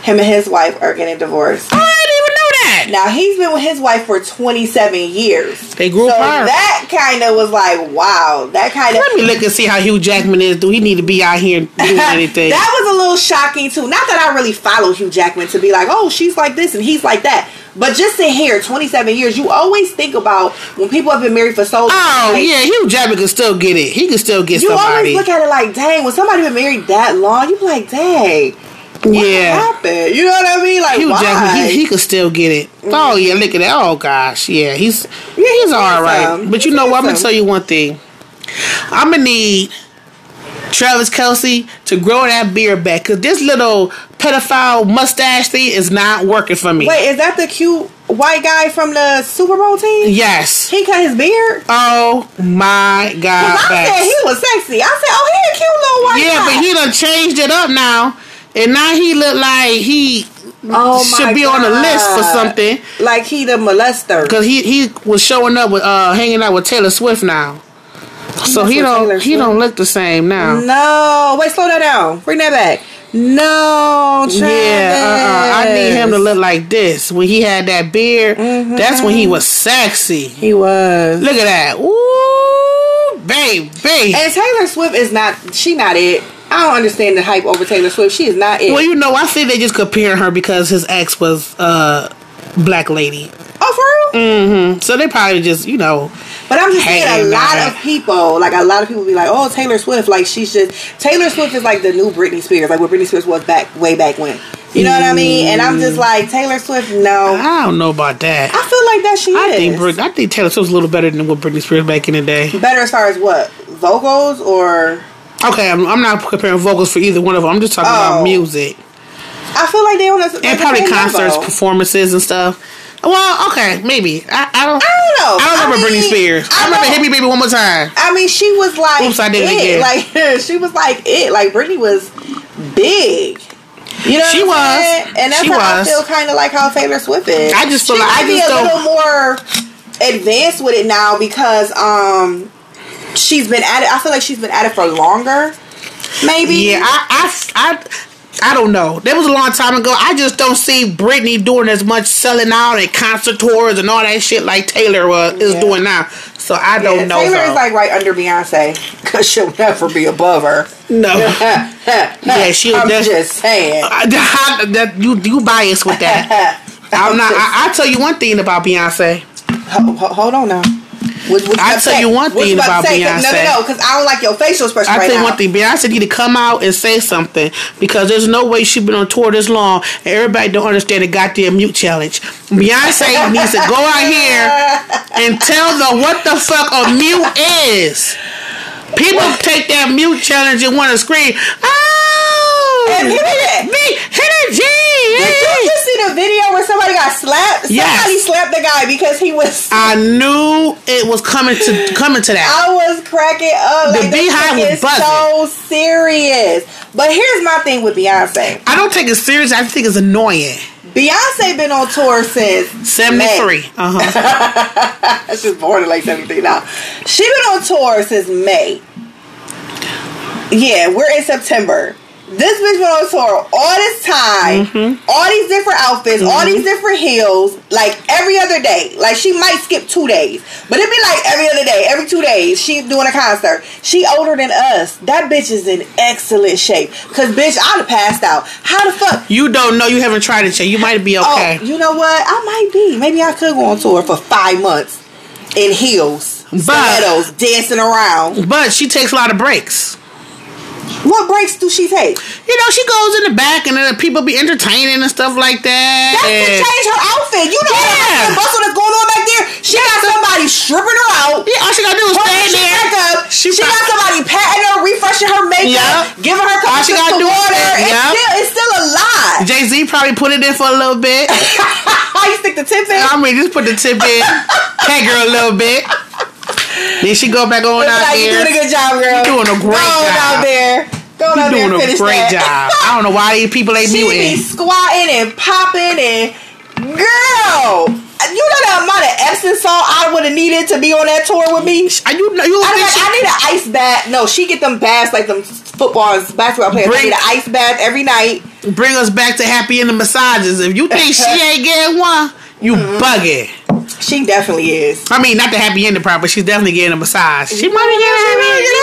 Him and his wife are getting divorced. I didn't even know that. Now he's been with his wife for 27 years. They grew so apart. that kind of was like, wow. That kind of Let me look and see how Hugh Jackman is. Do he need to be out here doing anything? (laughs) that was a little shocking too. Not that I really follow Hugh Jackman to be like, oh, she's like this and he's like that. But just in here, 27 years, you always think about when people have been married for so long. oh like, yeah, Hugh Jackman can still get it. He can still get You somebody. always look at it like, dang, when somebody been married that long, you be like, dang, what Yeah. happened? You know what I mean? Like, Hugh why? Jackman, he, he could still get it. Oh yeah, look at that. Oh gosh, yeah, he's yeah he's he's all right. handsome. But you He's know what? I'm gonna handsome. tell you one thing. I'm gonna need Travis Kelsey to grow that beard back because this little pedophile mustache thing is not working for me. Wait, is that the cute white guy from the Super Bowl team? Yes. He cut his beard. Oh my God. 'Cause I said Bax. he was sexy. I said, oh, he a cute little white yeah, guy. but he done changed it up now, and now he look like he oh my should be on the list for God. something Like he the molester. because he he was showing up with uh hanging out with Taylor Swift now. So messed he with don't Taylor he Swift. Mm-hmm. don't look the same now. No, wait, slow that down. Bring that back. No, Travis. Yeah, uh-uh. I need him to look like this. When he had that beard, that's when he Mm-hmm. was sexy. He was. Look at that. Ooh, babe, babe. And Taylor Swift is not. She not it. I don't understand the hype over Taylor Swift. She is not it. Well, you know, I think they just comparing her because his ex was a uh, black lady. oh, for real? So they probably just, you know, But I'm just Mm. Hey, saying, a lot man. of people, like a lot of people, be like, "Oh, Taylor Swift, like she's just Taylor Swift is like the new Britney Spears, like what Britney Spears was back way back when." You know what I mean? And I'm just like Taylor Swift. No, Mm. I don't know about that. I feel like that she I is. think Brit- I think Taylor Swift's a little better than what Britney Spears back in the day. better as far as what vocals or Okay, I'm, I'm not comparing vocals for either one of them. I'm just talking Oh. about music I feel like they on the and probably concerts, performances, and stuff. Well, okay, maybe I, I don't. I don't know. I don't remember mean, Britney Spears. I, remember know- Hit Me Baby one more time. I mean, she was like Oops, I did it again. Like (laughs) she was like it. Like Britney was big. You know, She what I'm was. saying? and that's She how I was. feel kind of like how Taylor Swift is. I just feel she like- I might be just a don't- little more advanced with it now because um she's been at it. I feel like she's been at it for longer. Maybe Yeah, I, I, I, I don't know. That was a long time ago. I just don't see Britney doing as much selling out and concert tours and all that shit like Taylor uh, is Yeah. doing now. So I don't Yeah, know. Taylor though. is like right under Beyonce because she'll never be above her. (laughs) no. (laughs) yeah, she'll I'm def- just saying. I- I- that you you biased with that. I'm not. I, I tell you one thing about Beyonce. Ho- ho- hold on now. What, what you I'll about to tell say? you one What thing about about to say? 'Cause- No, Beyonce. no, no, because I don't like your facial expression I right tell you now. one (laughs) thing. Beyonce need to come out and say something because there's no way she been on tour this long and everybody don't understand the goddamn mute challenge. (laughs) Beyonce needs to go out here and tell them what the fuck a mute is. People take that mute challenge and want to scream. Oh, And hit it. me, hit it, G. Did you just see the video where somebody got slapped? Somebody Yes. slapped the guy because he was. (laughs) I, I knew it was coming to coming to that. was cracking up. The like, beehive was is so serious. But here's my thing with Beyonce. I don't take it serious. I think it's annoying. Beyonce been on tour since 73. Uh huh. May. She's born in like 73 now. She been on tour since May. Yeah, we're in September. This bitch been on tour all this time, all these different outfits, all these different heels, like every other day. Like she might skip two days, but it'd be like every other day, every two days. She doing a concert. She older than us. That bitch is in excellent shape. Cause bitch, I'd have passed out. How the fuck? You don't know. You haven't tried it yet. You might be okay. Oh, you know what? I might be. Maybe I could go on tour for five months in heels, But- stilettos, dancing around. But she takes a lot of breaks. What breaks do she take? You know, she goes in the back and then people be entertaining and stuff like that. That's to and- change her outfit. You know Eh. Yeah. yeah. the bustle that's going on back there. She got somebody stripping her out. yeah, all she gotta do is putting stand shit there. back up. She, She got prob- somebody patting her, refreshing her makeup, Yup. giving her a All couple she sips gotta of do is- water. It's yup. still, it's still a lie. (laughs) Jay Z probably put it in for a little bit. you stick the tip in. I mean, just put the (laughs) tip in, peg her a little bit. Then she go back on It's out like, you doing a there. good job, girl. You're doing a great Go on job. out there. Go on out there doing and a finish great that. (laughs) job. I don't know why these people ain't She be muting. squatting and popping and girl. You know the amount of Epsom salt I would have needed to be on that tour with me. Are you? You don't I, was think like, she I need an ice bath. No, she get them baths like them footballs, basketball players. Bring- I need an ice bath every night. bring us back to happy in the massages. If you think (laughs) she ain't getting one, you bugging. She definitely is. I mean, not the happy ending part, but she's definitely getting a massage. She might be getting a happy ending.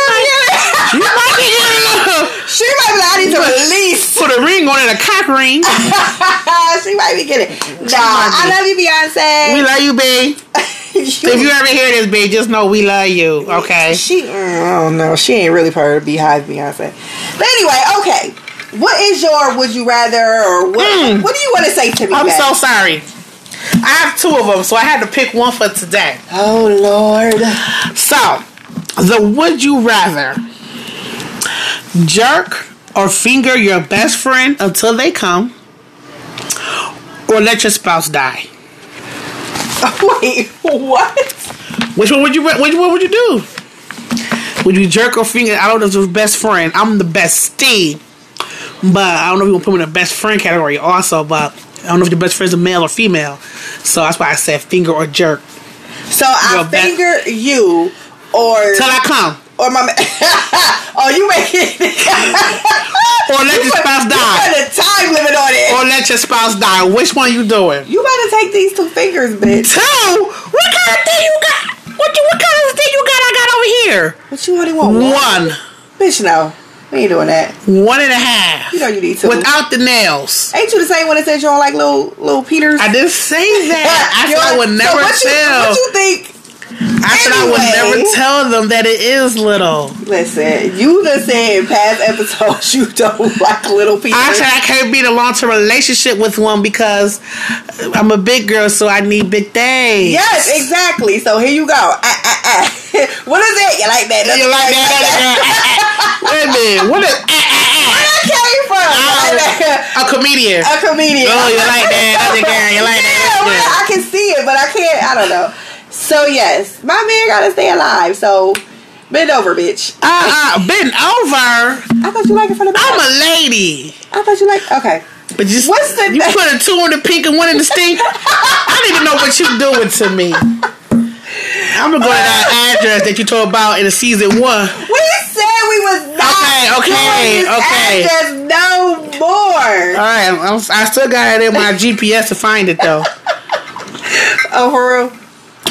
She might be getting a little- She might be like, I need to release. (laughs) Put a ring on it, a cock ring. she might be getting. Nah, might I be. love you, We Beyonce. love you, babe. (laughs) You- If you ever hear this, babe, just know we love you. Okay. She, mm, I don't know. She ain't really part of the Beehive Beyonce. But anyway, okay. What is your would you rather or what? Mm. What do you want to say to me? I'm babe? so sorry. I have two of them, so I had to pick one for today. (laughs) Oh Lord. (laughs) So, the would you rather jerk or finger your best friend until they come, or let your spouse die? Wait, what? Which one would you? Which one would you do? Would you jerk or finger? I don't know. if Your best friend. I'm the bestie, but I don't know if you want to put me in the best friend category also. But I don't know if your best friend's a male or female, so that's why I said finger or jerk So I Your back- finger you or till I come, or my. ma- (laughs) oh, you making or let your spouse die, put a time limit on it. or let your spouse die. Which one you doing? you better take these two fingers, bitch. Two? What kind of thing you got? What you, what kind of thing you got? I got over here. What you only want? One. Bitch, no. We ain't doing that. One and a half. You know you need to. Without the nails. Ain't you the same one that said you don't like little little Peters? I didn't say that. I You said I don't- would So never what you- tell. what you think? I said I would Anyway. never tell them that it is little. Listen, you done said in past episodes (laughs) you don't like little Peters. I said I can't be in a long term relationship with one because I'm a big girl, so I need big things. Yes, exactly. So here you go. Ah, ah, (laughs) ah. what is it? You like that? You like that other girl? Wait a minute. What is ah, ah, (laughs) Where that came from? Ah. Like that. ah. a (laughs) comedian? A comedian. Oh, you (laughs) like that other girl? You like Yeah, well, that I can see it, but I can't. I don't know. So yes, my man gotta stay alive. So bend over, bitch. other girl? Uh, uh, been over. I thought you liked it from the back. I'm a lady, I thought you liked. Okay. but just What's the you name? put a two in the pink and one in the stink. I don't even know what you doing to me. I'm gonna go to that address that you told about in the season one. We said we was not. Okay, okay, doing this okay. Uh, Just no All more. right, I'm, I still got it in my GPS to find it though. Oh, for real.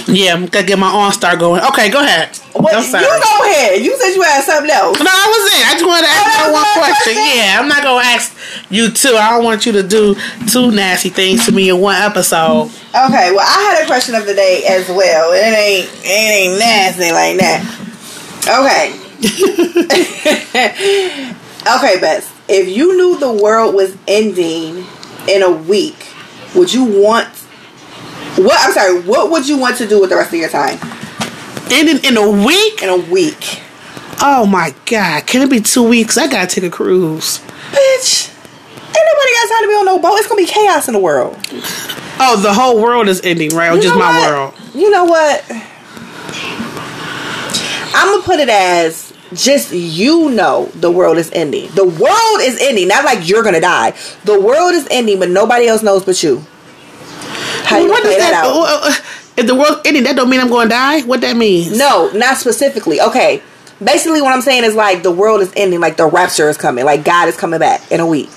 Yeah, I'm gonna get my on star going. Okay, go ahead. What, I'm you sorry. go ahead. You said you had something else. no, I was in. I just wanted to ask Oh, that that was one my question. question? Yeah, I'm not gonna ask you two. I don't want you to do two nasty things to me in one episode. Okay, well, I had a question of the day as well. It ain't it ain't nasty like that. Okay. (laughs) okay, Bess. If you knew the world was ending in a week, would you want what? I'm sorry. What would you want to do with the rest of your time Ending in a week? in a week, Oh my god, can it be two weeks? I gotta take a cruise. bitch? Ain't nobody got time to be on no boat. It's gonna be chaos in the world. Oh, the whole world is ending, right? Or You just know my what? world? You know what? I'm gonna put it as just you know the world is ending. The world is ending. Not like you're gonna die. The world is ending, but nobody else knows but you. How you What play is that, that? out? uh, uh, If the world ending, that don't mean I'm gonna die. What that means? No, not specifically. Okay. Basically, what I'm saying is like the world is ending. Like the rapture is coming. Like God is coming back in a week.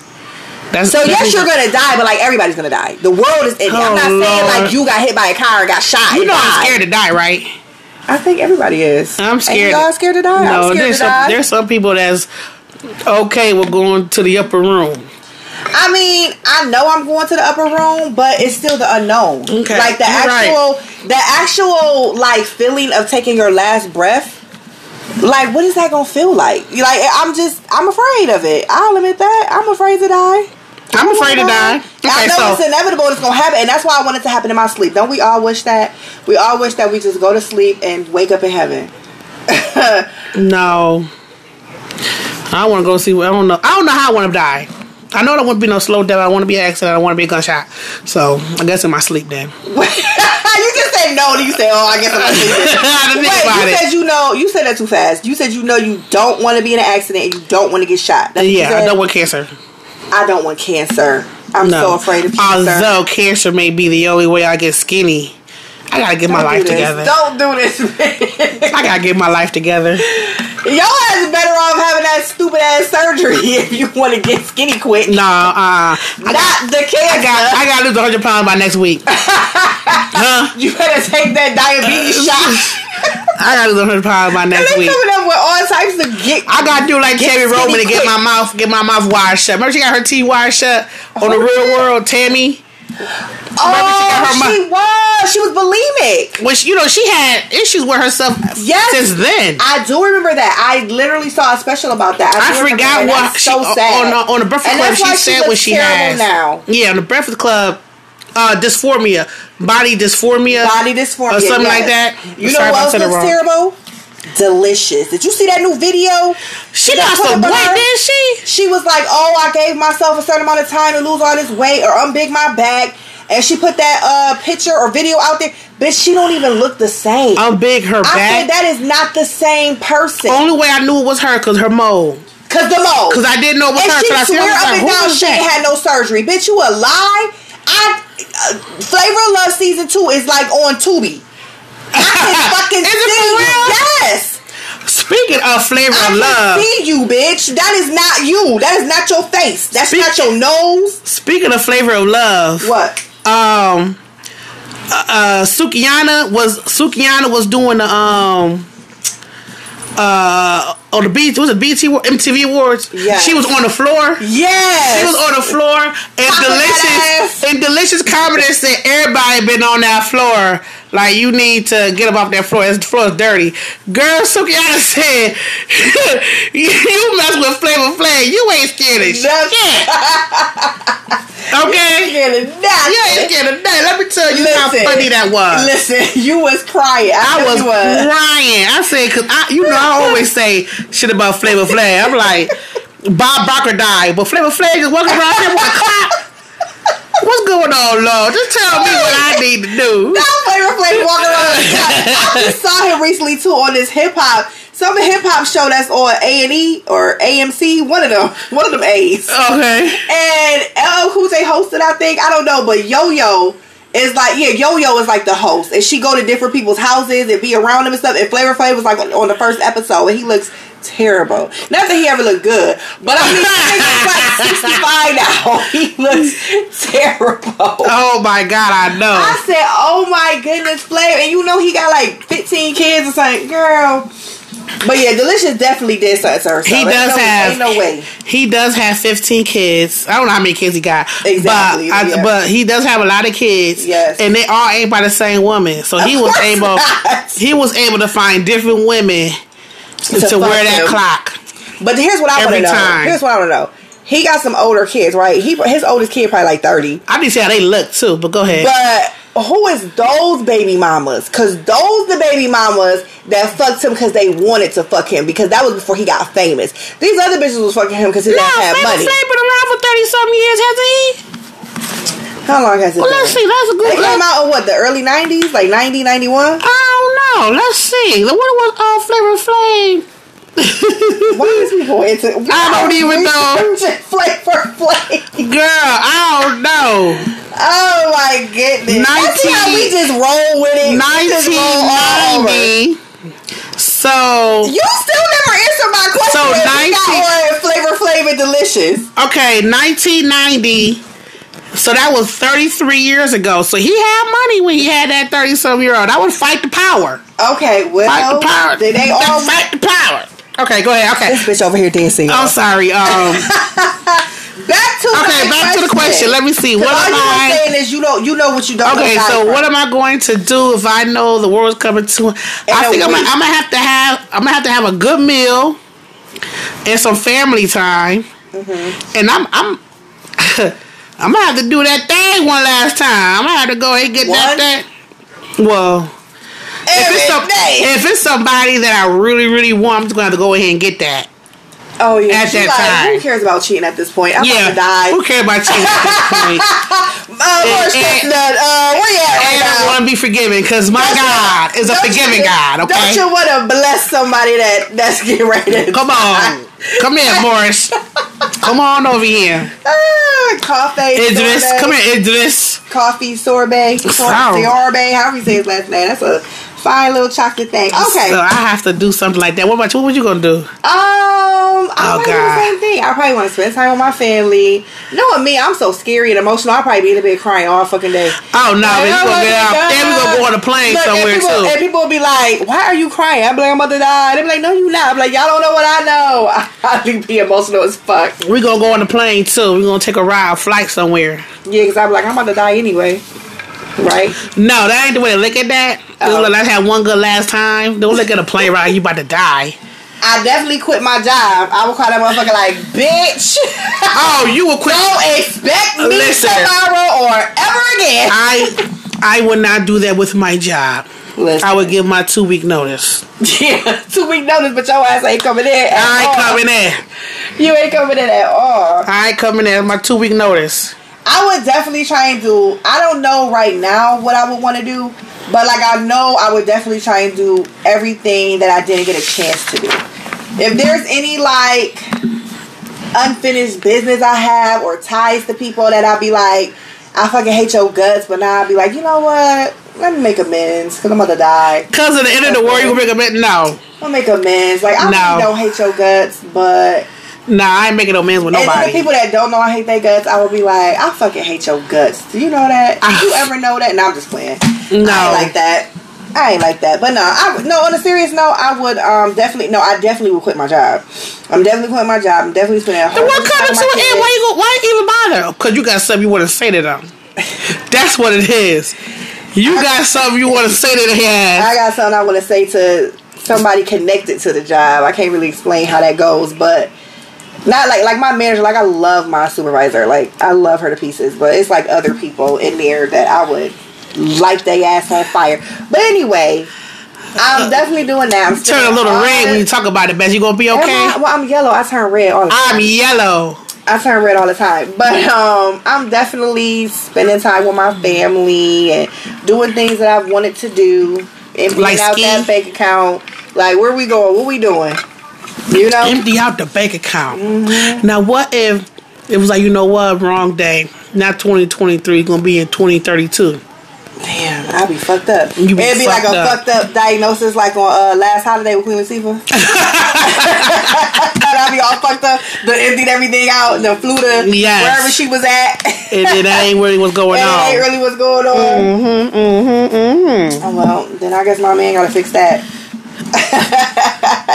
That's, So that yes, means- you're gonna die, but like everybody's gonna die. The world is ending. I'm not Oh, saying Lord. like you got hit by a car and got shot. You and know died. I'm scared to die, right? I think everybody is. I'm scared. Ain't y'all scared to die? No, I'm scared there's to some die. there's some people that's okay with going to the upper room. I mean, I know I'm going to the upper room, but it's still the unknown. Okay, Like the you're right. actual, the actual like feeling of taking your last breath. Like, what is that gonna feel like? You Like, I'm just, I'm afraid of it. I'll admit that. I'm afraid to die. I'm afraid to die. I Okay, know so it's inevitable. It's gonna happen, and that's why I want it to happen in my sleep. Don't we all wish that? We all wish that we just go to sleep and wake up in heaven. (laughs) no. I want to go see. I don't know. I don't know how I want to die. I know I don't want to be no slow death. I want to be an accident. I want to be a gunshot. So I guess in my sleep then. (laughs) you just said no, and you said, "Oh, I guess I'm gonna sleep." in." I didn't think Wait, about you it. said you know. You said that too fast. You said you know you don't want to be in an accident and you don't want to get shot. That's what you yeah, said. I don't want cancer. I don't want cancer. I'm no. so afraid of cancer. Although cancer may be the only way I get skinny. I gotta get my Don't life do this. together. Don't do this. man. (laughs) I gotta get my life together. Y'all is better off having that stupid ass surgery (laughs) if you want to get skinny quick. No, uh, Not the cancer. I got I gotta lose hundred pounds by next (laughs) week. huh? you better take that diabetes Uh, shot. (laughs) (laughs) I gotta lose hundred pounds by They next week. coming up with all types of get. I gotta do like Get Tammy skinny Roman to get quick. my mouth get my mouth wired shut. Remember she got her teeth wired shut on the Oh, real yeah. world, Tammy. remember she got her oh, she was. She was bulimic. Which you know she had issues with herself Yes. since then. I, I do remember that. I literally saw a special about that. do remember forgot that. what That's she uh, so sad. on the, on the Breakfast And Club that's why she she said looks what she terrible has now. Yeah, on the Breakfast Club, uh, dysphoria, body dysphoria, body dysphoria or something yes. like that. You Sorry if know I what else said it looks wrong. terrible? Delicious. Did you see that new video? She Did I lost put a up on weight, her? didn't she? She was like, "Oh, I gave myself a certain amount of time to lose all this weight or unbig my back," and she put that uh picture or video out there. Bitch, she don't even look the same. I'm big. Her I back. said that is not the same person. Only way I knew it was her because her mole. Cause the mold. Because I didn't know it was and her. she Cause I seen her, swear I was like, up and who down was she ain't that? had no surgery. Bitch, you a lie. I uh, Flavor of Love season two is like on Tubi. (laughs) I can fucking Is it see for you. real? Yes, Speaking of flavor I of can love, see you, bitch. That is not you. That is not your face. That's Speak- not your nose. speaking of flavor of love, What? um, uh, uh, Sukiana was Sukiana was doing the um, uh, on the BT, was it BT Award- MTV Awards? Yes. She was on the floor. She was Yes. on the floor and Papa that ass. delicious and delicious comments said everybody been on that floor. Like you need to get up off that floor. This floor is dirty. Girl, Sukiana (laughs) said you mess with Flavor Flav. You ain't scared of shit. (laughs) Okay. You ain't Nothing. scared of nothing. Let me tell you how Listen. funny that was. Listen, (laughs) you was crying. I, I know was you was. crying. I said, cause I, you know, I always say shit about Flavor Flav. I'm like, Bob Barker died, but Flavor Flav just walking around here with a clock. What's going on, Lord? Just tell me what I need to do. That flavor flavor walking around. the top. I just saw him recently too on this hip hop. Some hip hop show that's on A and E or AMC. One of them. One of them A's. Okay. and LL Cool J hosted, I think. I don't know, but Yo Yo is like, yeah, Yo Yo is like the host, and she go to different people's houses and be around them and stuff. And Flavor Flav was like on, on the first episode, and he looks terrible. Not that he ever looked good, but I mean, he's like sixty five now. He looks (laughs) terrible. Oh my God, I I know. said, "Oh my goodness, Flav!" And you know he got like 15 kids. It's like, girl. But yeah, Delicious definitely did something to her. He does no, have- Ain't no way. He does have 15 kids. I don't know how many kids he got, Exactly, but I, yeah. but he does have a lot of kids. Yes. and they all ain't by the same woman. So he Of was course (laughs) able not. he was able to find different women (laughs) to, To wear fuck that him. clock. But here's what I want Every to know. time. Here's what I want to know. He got some older kids, right? He his oldest kid probably like thirty. I need to see how they look too, but go ahead. But who is those baby mamas? Cause those the baby mamas that fucked him because they wanted to fuck him because that was before he got famous. These other bitches was fucking him because he no, didn't have Flavor money. Flav been around for thirty something years, hasn't he? How long has it Well, let's see. been? That's a They good. came Let's, out in what the early nineties, like 90, 91? I don't know. Let's see. What was uh, Flavor Flav? Why is we going into? (laughs) I don't (laughs) even know. Flake for flake. (laughs) Girl, I don't know. Oh my goodness! That's how we 19 just roll with it. We just roll all over. Nineteen ninety. So You still never answered my question. So, We 19 got on Flavor Flav and Delicious. okay, nineteen ninety. So that was thirty three years ago. So he had money when he had that thirty something year old. I would fight the power. Okay, Fight well, the power. did they all? fight the power? Okay, go ahead. Okay. This bitch over here dancing. I'm sorry. (laughs) Um, back to okay, my back to the question. Let me see. What 'Cause all am you I? were saying is you don't you know what you don't. Okay, know so Cypher. what am I going to do if I know the world's coming to? I a think I'm gonna, week. I'm gonna have to have I'm gonna have to have a good meal and some family time, Mm-hmm. and I'm I'm (laughs) I'm gonna have to do that thing one last time. I'm gonna have to go and get One? that thing. Well, if Every it's, some, day. if it's somebody that I really really want, I'm just gonna have to go ahead and get that. Oh yeah, at she that like, time. Who cares about cheating at this point? I'm yeah, about to die. who cares about you? at (laughs) this point? Uh, Laura and- Stepnut, uh, where you at right And I now? want to be forgiving because my Don't you- God is a don't you- forgiving God. Okay. Don't you want to bless somebody that that's getting ready? to Come on. die? Come here, Morris. Come on over here. (laughs) Ah, coffee. Idris. sorbet. Come here, Idris. coffee sorbet, Wow. sorbet, however you say his last name. That's a fine little chocolate thing. Okay. So I have to do something like that. What about you? What were you going to do? Um, I Oh, might do God. the same thing. I probably want to spend time with my family. Knowing me, I'm so scary and emotional. I'll probably be in the bed crying all fucking day. Oh, no. Like, We're oh going to my get out. God. And we're going to go on a plane Look, somewhere, and people, too. And people will be like, "Why are you crying?" I'm like, "I'm about to die." They be like, "No, you not." I'm like, "Y'all don't know what I know." (laughs) I be be emotional as fuck. we're going to go on a plane, too. We're going to take a ride, a flight somewhere. Yeah, because I'm like, I'm about to die anyway. Right? No, that ain't the way to look at that. Just Oh. look like I had one good last time. Don't look at a plane ride. You about to die. I definitely quit my job. I would call that motherfucker like, (laughs) "Bitch, Oh, you were quick. don't expect me Listen. tomorrow or ever again." I, I would not do that with my job. Listen. I would give my two week notice. (laughs) Yeah, two week notice, but your ass ain't coming in. At I all. ain't coming in. You ain't coming in at all. I ain't coming in. My two week notice. I would definitely try and do. I don't know right now what I would want to do, but like I know I would definitely try and do everything that I didn't get a chance to do. If there's any like unfinished business I have or ties to people that I'd be like, I fucking hate your guts, but now I'd be like, you know what? Let me make amends because I'm about to die. Cause at the end of the world, you gonna make a no. I'll make amends. Like I No. really don't hate your guts, but Nah, I ain't making no amends with And then the nobody. people that don't know I hate their guts, I would be like, I fucking hate your guts. Do you know that? Do you ever know that? No, I'm just playing. I Ah. No. ain't like that. I ain't like that. But no, I no. On a serious note, I would um definitely no. I definitely would quit my job. I'm definitely quitting my job. I'm definitely spending. a The whole world bunch of coming time with to my an end. kids. Why you go? Why even bother? Because you got something you want to say to (laughs) them. That's what it is. You got something you want to say to their ass. I got something I want to say to somebody connected to the job. I can't really explain how that goes, but not like like my manager. Like I love my supervisor. Like I love her to pieces, but it's like other people in there that I would light they ass on fire. But anyway, I'm definitely doing that. I'm Turn a little red when you talk about it, Bess. You gonna be Am okay? I, well, I'm yellow. I turn red all the time. I'm yellow. I turn red all the time, but (laughs) um, I'm definitely spending time with my family and doing things that I've wanted to do and Like like out ski? that bank account. Like, where we going? What we doing? You know? Empty out the bank account. Mm-hmm. Now, what if it was like you know what? Wrong day. Not 2023. Gonna be in 2032. Damn, I'd be fucked up. You be It'd be like fucked a up. fucked up diagnosis, like on uh, last holiday with Queen (laughs) Latifah. (laughs) I'd be all fucked up. Done emptied everything out. Done flew to Yes. wherever she was at. (laughs) And it ain't really what's going That ain't on. really what's going on. Mm-hmm, mm-hmm, mm-hmm. Oh, well, then I guess my man gotta fix that. (laughs)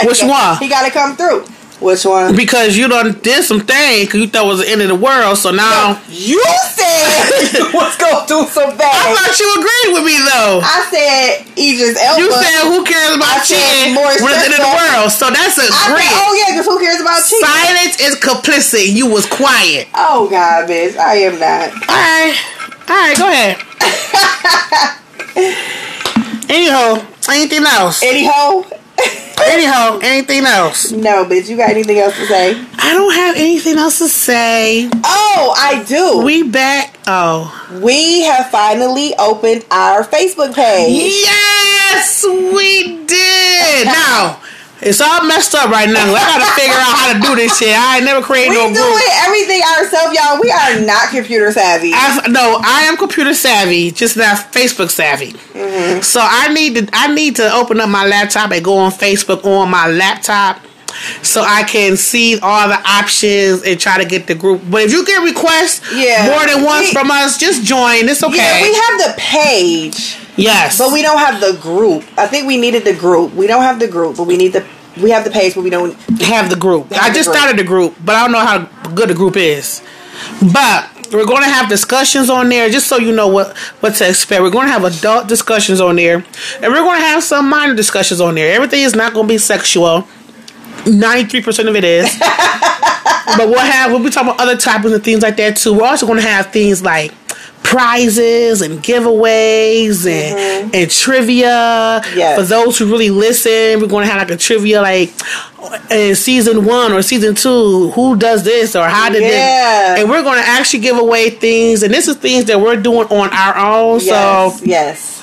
Which one? He gotta come through. Which one? Because you done did some things you thought was the end of the world. So now You said (laughs) (laughs) what's gonna do some I bad. thought you agreed with me though. I said Idris Elba. You said who cares I about said cheating when Morris it's the end of the Chestnut. world? So that's a I said, great. oh yeah, because who cares about cheating? Silence is complicit. You was quiet. Oh god, bitch, I am not. All right, all right, go (laughs) ahead. Anyhow, anything else? Anyhow, Anyhow, anything else? (laughs) no, bitch. You got anything else to say? I don't have anything else to say. Oh, I do. We, We back. Oh, have finally opened our Facebook page. yes, we did. Now it's all messed up right now. I gotta figure out how to do this shit. I ain't never created We no doing group. everything ourselves, y'all. We are not computer savvy. I, no, I am computer savvy, just not Facebook savvy. Mm-hmm. So I need to I need to open up my laptop and go on Facebook on my laptop so I can see all the options and try to get the group. But if you get requests Yeah. more than once We- from us, just join. It's okay. Yeah, we have the page. yes. But we don't have the group. I think we needed the group. We don't have the group, but we need the we have the page, but we don't. have the group. Have I the just group. started the group, but I don't know how good the group is. But we're going to have discussions on there, just so you know what what to expect. We're going to have adult discussions on there, and we're going to have some minor discussions on there. Everything is not going to be sexual. Ninety three percent of it is, (laughs) but we'll have we'll be talking about other topics and things like that too. We're also going to have things like prizes and giveaways and and trivia Mm-hmm. Yes. for those who really listen, we're going to have like a trivia, like in season one or season two, who does this or how did Yeah. this? And we're going to actually give away things, and this is things that we're doing on our own. Yes, So yes,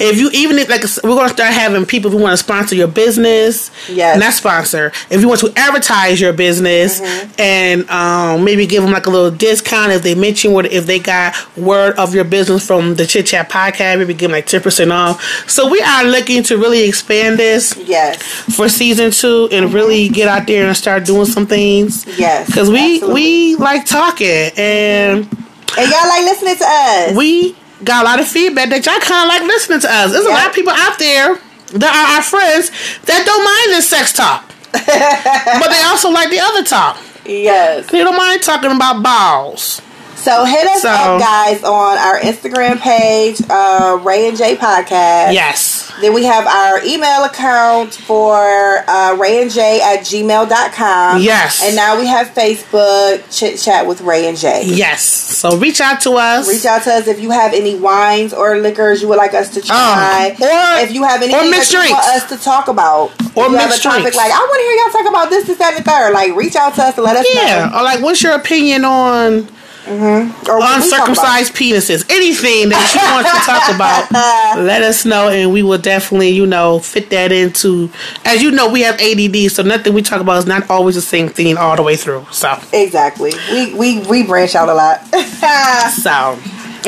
if you even if like we're going to start having people who want to sponsor your business, Yes. not sponsor. If you want to advertise your business Mm-hmm. and um, maybe give them like a little discount if they mention what if they got word of your business from the Chit Chat podcast, maybe give them like ten percent off. So we are looking to really expand this yes, for season two and really get out there and start doing some things yes. because we absolutely. we like talking and and y'all like listening to us. we got a lot of feedback that y'all kind of like listening to us. There's a Yeah. lot of people out there that are our friends that don't mind this sex talk, (laughs) but they also like the other talk. yes. They don't mind talking about balls. So hit us So- up, guys, on our Instagram page, uh, Ray and J Podcast. Yes. Then we have our email account for uh, Ray and J at gmail.com. Yes. And now we have Facebook, Chit Chat with Ray and J. Yes. So reach out to us. Reach out to us if you have any wines or liquors you would like us to try. Um, or- if you have anything mixed that you want drinks. us to talk about. Or If you have a mixed topic drinks. like, I want to hear y'all talk about this, this, that, and the third. Like, reach out to us and let us Yeah. Or like, what's your opinion on know. Or what we talk about. uncircumcised penises? Anything that you want to talk (laughs) about, let us know, and we will definitely, you know, fit that into. As you know, we have ADD, so nothing we talk about is not always the same thing all the way through. So. Exactly. We, we, we branch out a lot. (laughs) so, So,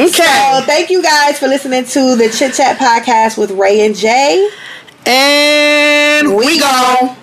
okay. thank you guys for listening to the Chit Chat Podcast with Ray and Jay. and we go.